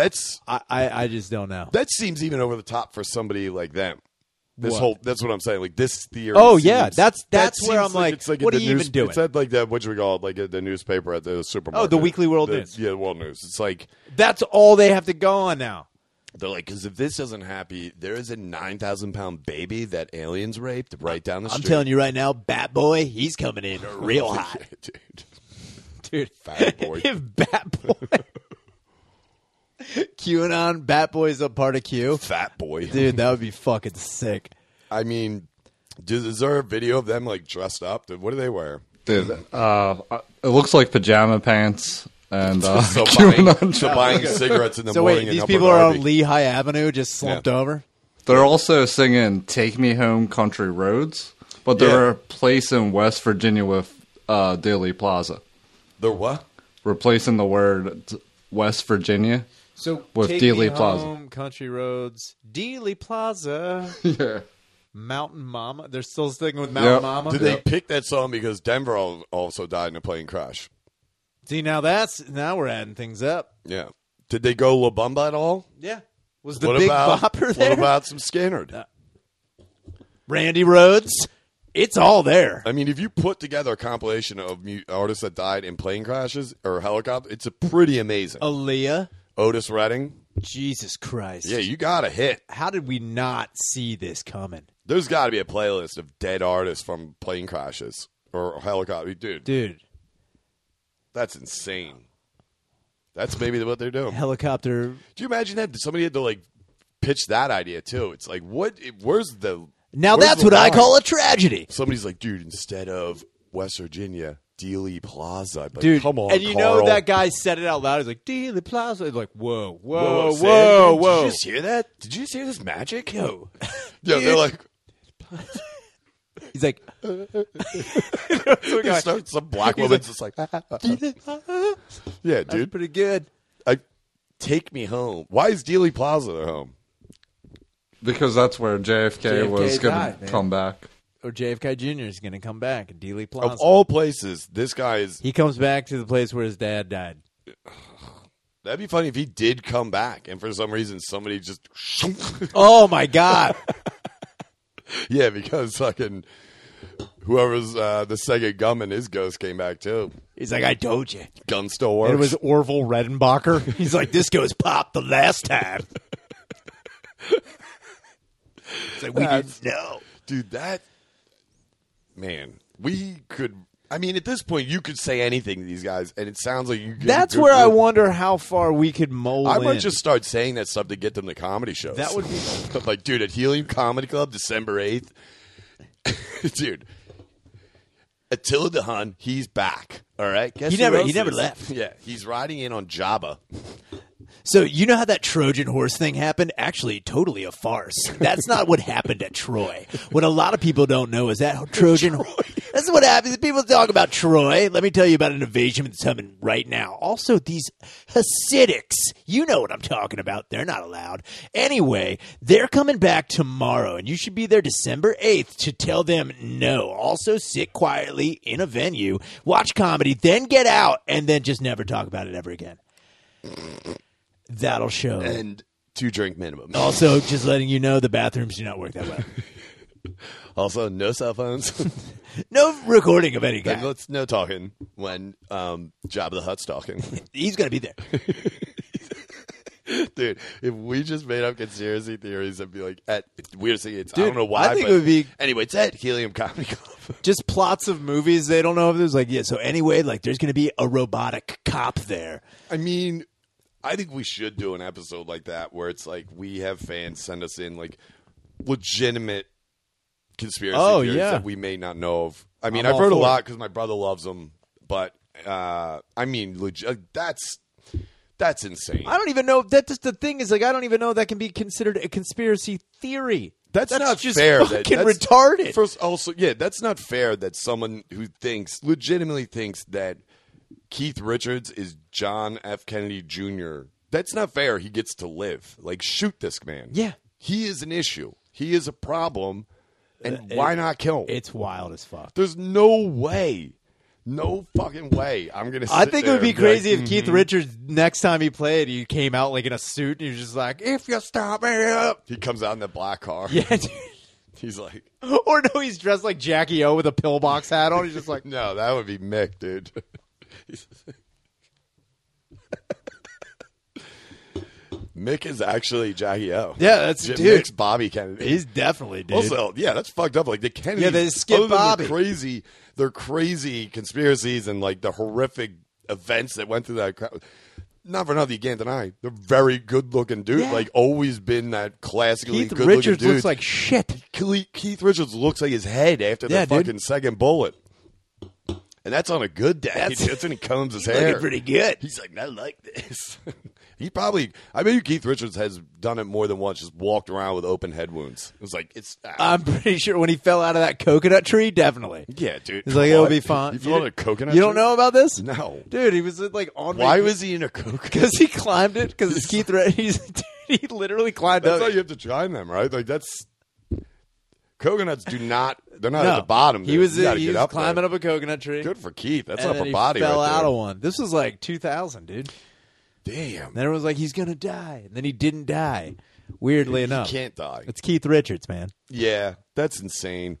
A: that's
B: I, I, I just don't know.
A: that seems even over the top for somebody like them. This
B: What?
A: whole that's what I'm saying. Like this theory.
B: Oh, yeah,
A: seems-
B: that's-
A: that
B: that's where
A: seems
B: I'm like,
A: it's like
B: what
A: at
B: are
A: the
B: you
A: news,
B: even doing? Oh,
A: It's at like that what you call it, like at the newspaper at the supermarket.
B: Weekly World
A: The-
B: News.
A: Yeah, the World News. It's like
B: That's all they have to go on now.
A: they're like because if this doesn't happy, there is a nine thousand pound baby that aliens raped right down the
B: I'm
A: street.
B: telling you right now, Bat Boy, he's coming in real hot,
A: dude.
B: dude.
A: Fat boy.
B: If Bat Boy, QAnon Bat Boy is a part of Q,
A: Fat boy.
B: dude, that would be fucking sick.
A: I mean, does, is there a video of them like dressed up? What do they wear?
C: dude, uh, it looks like pajama pants and uh,
A: So buying,
C: QAnon
A: so
C: shirts.
A: buying cigarettes in the
B: So
A: morning.
B: wait,
A: in
B: these
A: Upper
B: people are on
A: Darby.
B: Lehigh Avenue, just slumped
A: Yeah.
B: over.
C: They're also singing "Take Me Home, Country Roads," but they're
A: Yeah.
C: replacing West Virginia with uh, Daily Plaza,
A: They're what?
C: replacing the word West Virginia.
B: So
C: With
B: take me
C: Dealey Plaza.
B: home, Country Roads, Dealey Plaza,
C: Yeah,
B: Mountain Mama. They're still sticking with Mountain
C: Yep.
B: Mama.
A: Did they pick that song because Denver al- also died in a plane crash?
B: See now that's now we're adding things up.
A: Yeah. Did they go La Bamba at all?
B: Yeah, was the
A: what
B: big
A: about,
B: bopper there?
A: What about some Skinnerd?
B: Randy Rhodes. It's all there.
A: I mean, if you put together a compilation of mu- artists that died in plane crashes or helicopter, it's a pretty amazing.
B: Oh. Aaliyah.
A: Otis Redding.
B: Jesus Christ.
A: Yeah, you got a hit.
B: How did we not see this coming?
A: There's got to be a playlist of dead artists from plane crashes or helicopter. Dude,
B: Dude,
A: that's insane. That's maybe what they're doing.
B: helicopter.
A: Do you imagine that somebody had to like pitch that idea too? It's like, what? Where's the
B: Now
A: where's
B: that's
A: the
B: what I
A: line?
B: call a tragedy.
A: somebody's like, dude, instead of West Virginia, Dealey Plaza. I'd be like,
B: Dude,
A: come on,
B: and you
A: Carl.
B: know that guy said it out loud. He's like, "Dealey Plaza." He's like, "Whoa,
A: Whoa,
B: whoa,
A: say it
B: whoa,
A: again. Did you
B: whoa!"
A: just hear that? Did you just hear this magic?
B: Yo.
A: Yeah, they're like,
B: He's like,
A: they start, some black woman's just like,
B: "Ah, "Dealey Plaza."
A: yeah,
B: ah." That's
A: dude,
B: pretty good.
A: I, take me home. Why is Dealey Plaza their home?
C: because that's where JFK,
B: JFK
C: was going
B: died,
C: to
B: man.
C: come back.
B: Or JFK Jr. is going to come back. Dealey Plaza.
A: Of all places, this guy is.
B: he comes back to the place where his dad died.
A: That'd be funny if he did come back, and for some reason somebody just.
B: Oh my God!
A: yeah, because fucking whoever's uh, the second gunman, his ghost came back too.
B: He's like, "I told you."
A: Gun still works.
B: It was Orville Redenbacher. He's like, this goes pop the last time. It's like, we
A: That's-
B: didn't know.
A: dude that man we could i mean at this point you could say anything to these guys and it sounds like you could,
B: That's
A: could-
B: where I wonder how far we could mold
A: i
B: in.
A: might just start saying that stuff to get them to comedy shows
B: That would be-
A: like dude at helium comedy club december 8th dude attila the hun he's back All right, guess
B: He
A: who
B: never- he
A: else
B: never
A: is?
B: left.
A: Yeah, he's riding in on Jabba.
B: So you know how that Trojan horse thing happened? Actually, totally a farce. That's not what happened at Troy. What a lot of people don't know is that Trojan. That's what happens. People talk about Troy. Let me tell you about an invasion that's coming right now. Also, these Hasidics. You know what I'm talking about. They're not allowed. Anyway, they're coming back tomorrow, and you should be there December 8th to tell them no. Also, sit quietly in a venue, watch comedy, then get out, and then just never talk about it ever again. That'll show.
A: and two drink minimum.
B: also, just letting you know, the bathrooms do not work that well.
A: Also, no cell phones.
B: No recording of any
A: Like,
B: kind.
A: let's no talking when um, Jabba the Hutt's talking.
B: He's gonna be there.
A: Dude, if we just made up conspiracy theories, I'd be like, at weirdest thing, it's I
B: Dude,
A: don't know why.
B: I think
A: but-
B: it would be-
A: anyway. It's at Helium Comedy Club.
B: Just plots of movies they don't know if there's like yeah. So anyway, like there's gonna be a robotic cop there.
A: I mean, I think we should do an episode like that where it's like we have fans send us in like legitimate conspiracy
B: Oh,
A: theories
B: yeah.
A: that we may not know of. I mean,
B: I'm
A: I've
B: all
A: heard a
B: for
A: lot because my brother loves them, but uh, I mean, legi- that's that's insane.
B: I don't even know. That's just the thing is like I don't even know that can be considered a conspiracy theory.
A: That's, not
B: just
A: fair. that-
B: Fucking
A: that's-
B: retarded.
A: First, also, yeah, that's not fair that someone who thinks, legitimately thinks that Keith Richards is John F. Kennedy Jr. That's not fair. He gets to live. Like, shoot this man.
B: Yeah.
A: He is an issue. He is a problem.
B: Uh,
A: And why not kill him?
B: it's wild as fuck.
A: There's no way. No fucking way. I'm going to
B: I think it would be crazy
A: "Hmm."
B: if Keith Richards next time he played, he came out like in a suit and he was just like, "If you stop me up."
A: He comes out in the black car.
B: Yeah, dude.
A: He's like,
B: Or no, he's dressed like Jackie O with a pillbox hat on. He's just like,
A: no, that would be Mick, dude. Mick is actually Jackie O.
B: yeah, that's
A: J-
B: dude.
A: Mick's Bobby Kennedy.
B: He's definitely dude.
A: also, yeah, that's fucked up. Like the Kennedys,
B: Yeah, they skip
A: other than their
B: Bobby.
A: Crazy, their crazy conspiracies and like the horrific events that went through that. Crowd. Not for nothing, you can't deny they're very good-looking dude.
B: Yeah.
A: Like always been that classically
B: Keith
A: good-looking
B: Richards
A: dude.
B: looks like shit.
A: Keith Keith Richards looks like his head after the
B: Yeah, dude.
A: fucking second bullet. And that's on a good day.
B: That's-
A: That's, when he combs his
B: Looking
A: hair.
B: pretty good.
A: He's like, I like this. he probably, I bet you Keith Richards has done it more than once, just walked around with open head wounds. It was like, it's, ah,
B: I'm pretty sure when he fell out of that coconut tree, definitely.
A: yeah, dude.
B: He's like, it'll
A: What?
B: be fine.
A: You fell in a coconut
B: You don't
A: tree?
B: know about this?
A: No.
B: dude. He was uh, like on.
A: Why was he in a coconut
B: Because he climbed it. Because Keith Richards. He's, dude, he literally climbed
A: That's how
B: up.
A: you have to chime them, right? Like, that's, coconuts do not, they're not
B: no,
A: at the bottom.
B: He
A: dude.
B: was,
A: You gotta
B: he
A: get
B: was
A: up there.
B: climbing up a coconut tree.
A: Good for Keith. That's
B: and
A: upper
B: then he
A: body
B: fell
A: right
B: out
A: there.
B: of one. This was like 2000, dude.
A: Damn.
B: Then everyone's like, he's gonna die, and then he didn't die. Weirdly enough,
A: He can't die.
B: it's Keith Richards, man.
A: Yeah, that's insane.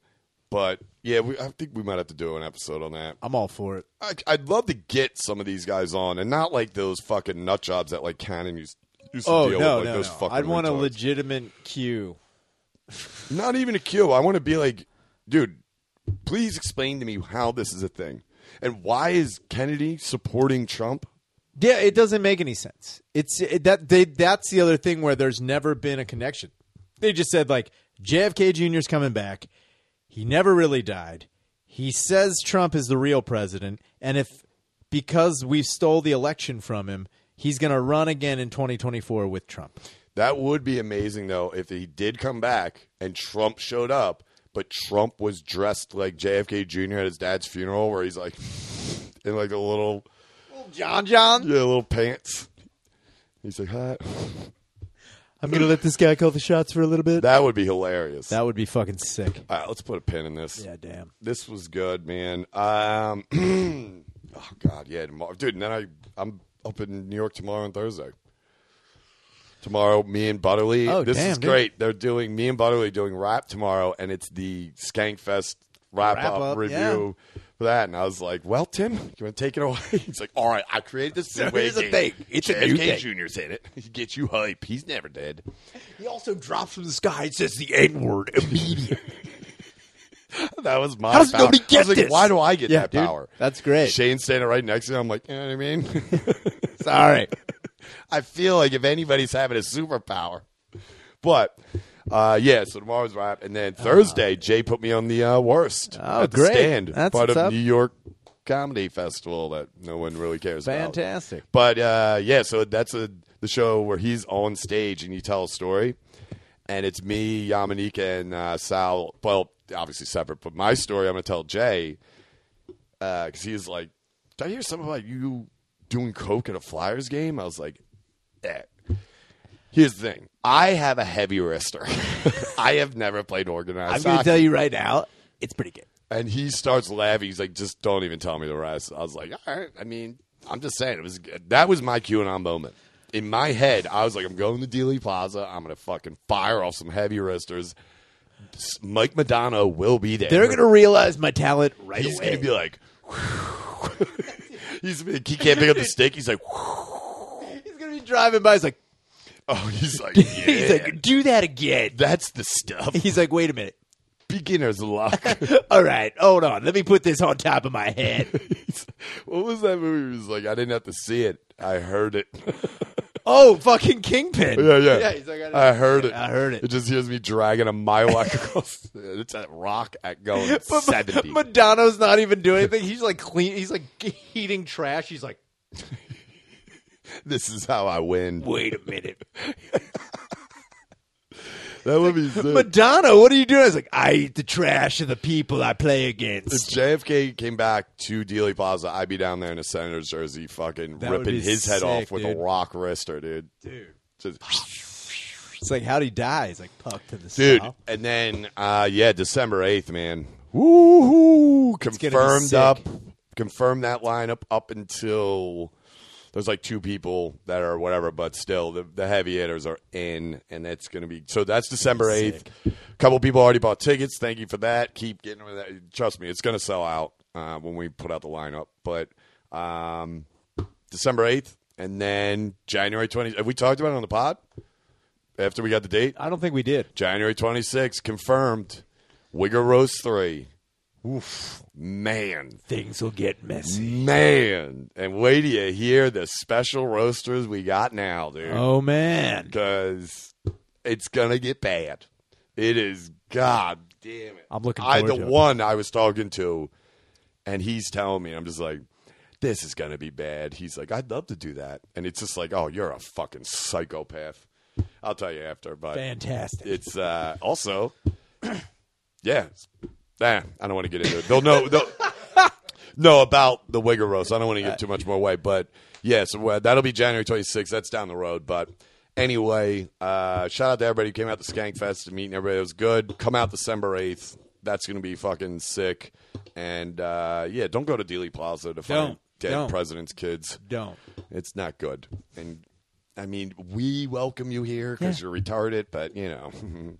A: But yeah, we, I think we might have to do an episode on that.
B: I'm all for it.
A: I, I'd love to get some of these guys on, and not like those fucking nut jobs that like Cannon used, used to
B: Oh
A: deal
B: no,
A: with, like
B: no,
A: those
B: no.
A: fucking.
B: I'd want a
A: retards.
B: legitimate cue.
A: Not even a queue. I want to be like, dude, please explain to me how this is a thing, and why is Kennedy supporting Trump?
B: Yeah, it doesn't make any sense. It's it, that they that's the other thing where there's never been a connection. They just said like JFK Jr.'s coming back. He never really died. He says Trump is the real president, and if because we stole the election from him, he's going to run again in 2024 with Trump.
A: That would be amazing though if he did come back and Trump showed up, but Trump was dressed like JFK Jr. at his dad's funeral, where he's like in like a little
B: John John.
A: yeah, little pants. He's like, hi.
B: I'm gonna let this guy call the shots for a little bit. That,
A: That would be hilarious.
B: would be fucking sick.
A: All right, let's put a pin in this.
B: Yeah, damn.
A: This was good, man. Um, oh God, yeah, tomorrow, dude. And then I, I'm up in New York tomorrow and Thursday. Tomorrow, me and Butterly.
B: Oh,
A: this
B: damn,
A: is
B: dude.
A: great. They're doing me and Butterly doing rap tomorrow, and it's the Skankfest wrap,
B: Wrap
A: up,
B: up,
A: review for that. And I was like, "Well, Tim, you want to take it away?" He's like, "All right, I created this.
B: So
A: way
B: here's the
A: Dave.
B: thing. It's a new
A: JFK
B: thing.
A: Jr.'s in it. He gets you hype. He's never dead."
B: He also drops from the sky and says the N word immediately.
A: That was my.
B: How does
A: power.
B: nobody
A: I was
B: get
A: like,
B: this?
A: Why do I get
B: Yeah,
A: that
B: dude,
A: power?
B: that's great.
A: Shane's standing right next to him. I'm like, you know what I mean?
B: Sorry.
A: I feel like if anybody's having a superpower, but uh, yeah. So tomorrow's wrap, and then Thursday, Jay put me on the uh, worst.
B: Ah. Oh,
A: at the
B: great.
A: Stand,
B: That's
A: part
B: what's
A: of
B: up.
A: New York comedy festival that no one really cares about.
D: Fantastic.
A: But uh, yeah, so that's a, the show where he's on stage and you tell a story, and it's me, Yamanika, and uh, Sal. Well, obviously separate, but my story I'm going to tell Jay because he was like, "Did I hear something about you doing coke at a Flyers game?" I was like, "Eh." Here's the thing: I have a heavy wrister. I have never played organized.
D: I'm going to
A: hockey.
D: tell you right now, it's pretty good.
A: And he starts laughing. He's like, "Just don't even tell me the rest." I was like, "All right." I mean, I'm just saying it was. That was my QAnon moment. In my head, I was like, "I'm going to Dealey Plaza. I'm going to fucking fire off some heavy wristers. S- Mike Madonna will be there.
D: They're going to realize my talent right
A: He's
D: away.
A: going to be like, he's like, he can't pick up the stick. He's like,
D: he's going to be driving by. He's like,
A: oh, he's like, yeah,
D: he's like, do that again.
A: that's the stuff.
D: He's like, wait a minute.
A: Beginner's luck.
D: All right, hold on. Let me put this on top of my head.
A: what was that movie? It was like, I didn't have to see it. I heard it.
D: Oh, fucking Kingpin.
A: Yeah, yeah.
D: Yeah, he's like, I
A: I, heard it.
D: I heard it.
A: It just hears me dragging a Miwok across. the- it's that rock at going
D: But Ma-
A: seventy.
D: Madonna's not even doing anything. He's like clean. He's like eating trash. He's like,
A: this is how I win.
D: wait a minute,
A: That would be sick.
D: Madonna, what are you doing? I was like, I eat the trash of the people I play
A: If
D: against.
A: JFK came back to Dealey Plaza, I'd be down there in a senator's jersey, fucking
B: That would
A: ripping
B: be
A: his head off
B: sick,
A: with
B: dude.
A: a rock wrister, dude. Dude.
B: It's like how'd he die? He's like puck to the
A: dude.
B: south.
A: And then, uh, yeah, December 8th, man. Woohoo!
B: be
A: Confirmed
B: sick.
A: up. Confirmed that lineup up until there's like two people that are whatever, but still the, the heavy hitters are in, and that's going to be so that's December 8th. couple people already bought tickets. Thank you for that. Keep getting with that. Trust me, it's going to sell out uh, when we put out the lineup. But um, December 8th, and then January 20th. Have we talked about it on the pod? After we got the date?
B: I don't think we did.
A: January 26th, confirmed. Wigger Rose 3. Oof. Man.
D: Things will get messy.
A: Man. And wait till you hear the special roasters we got now, dude.
B: Oh man,
A: Because it's going to get bad. It is. God damn it.
B: I'm looking
A: I,
B: forward
A: the
B: to it.
A: one I was talking to, and he's telling me, I'm just like, this is going to be bad. He's like, I'd love to do that. And it's just like, oh, you're a fucking psychopath. I'll tell you after. But
B: fantastic.
A: it's uh, also, yeah. Nah, I don't want to get into it. They'll know. They'll, no, about the Wigger roast. I don't want to give too much more away, but yeah, so uh, that'll be January 26th. That's down the road, but anyway, uh, shout out to everybody who came out to Skank Fest to meet everybody. It was good. Come out December 8th. That's gonna be fucking sick. And uh, yeah, don't go to Dealey Plaza to find
B: Don't.
A: dead
B: Don't.
A: presidents' kids.
B: Don't.
A: It's not good. And I mean, we welcome you here because you're retarded, but you know,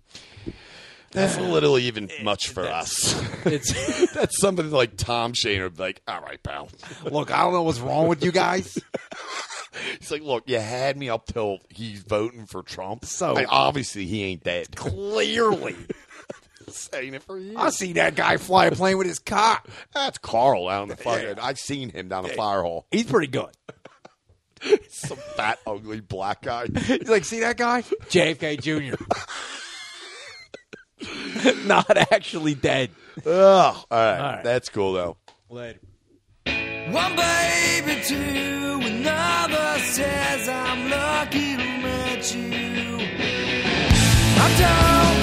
A: that's a little even much for us.
B: It's
A: that's something like Tom Shane would be like, all right, pal.
D: Look, I don't know what's wrong with you guys.
A: He's like, look, you had me up till he's voting for Trump.
D: So-
A: I- obviously he ain't dead.
D: Clearly,
A: Saying it for
D: I
A: years.
D: seen that guy fly a plane with his cock.
A: That's Carl down the fucking. I've seen him down the fire hall.
D: He's pretty good.
A: Some fat, ugly black guy.
D: He's like, see that guy? JFK Jr. Not actually dead.
A: Ugh. All right.
D: right.
A: that's cool though.
B: later.
E: One baby to another says I'm lucky to meet you. I don't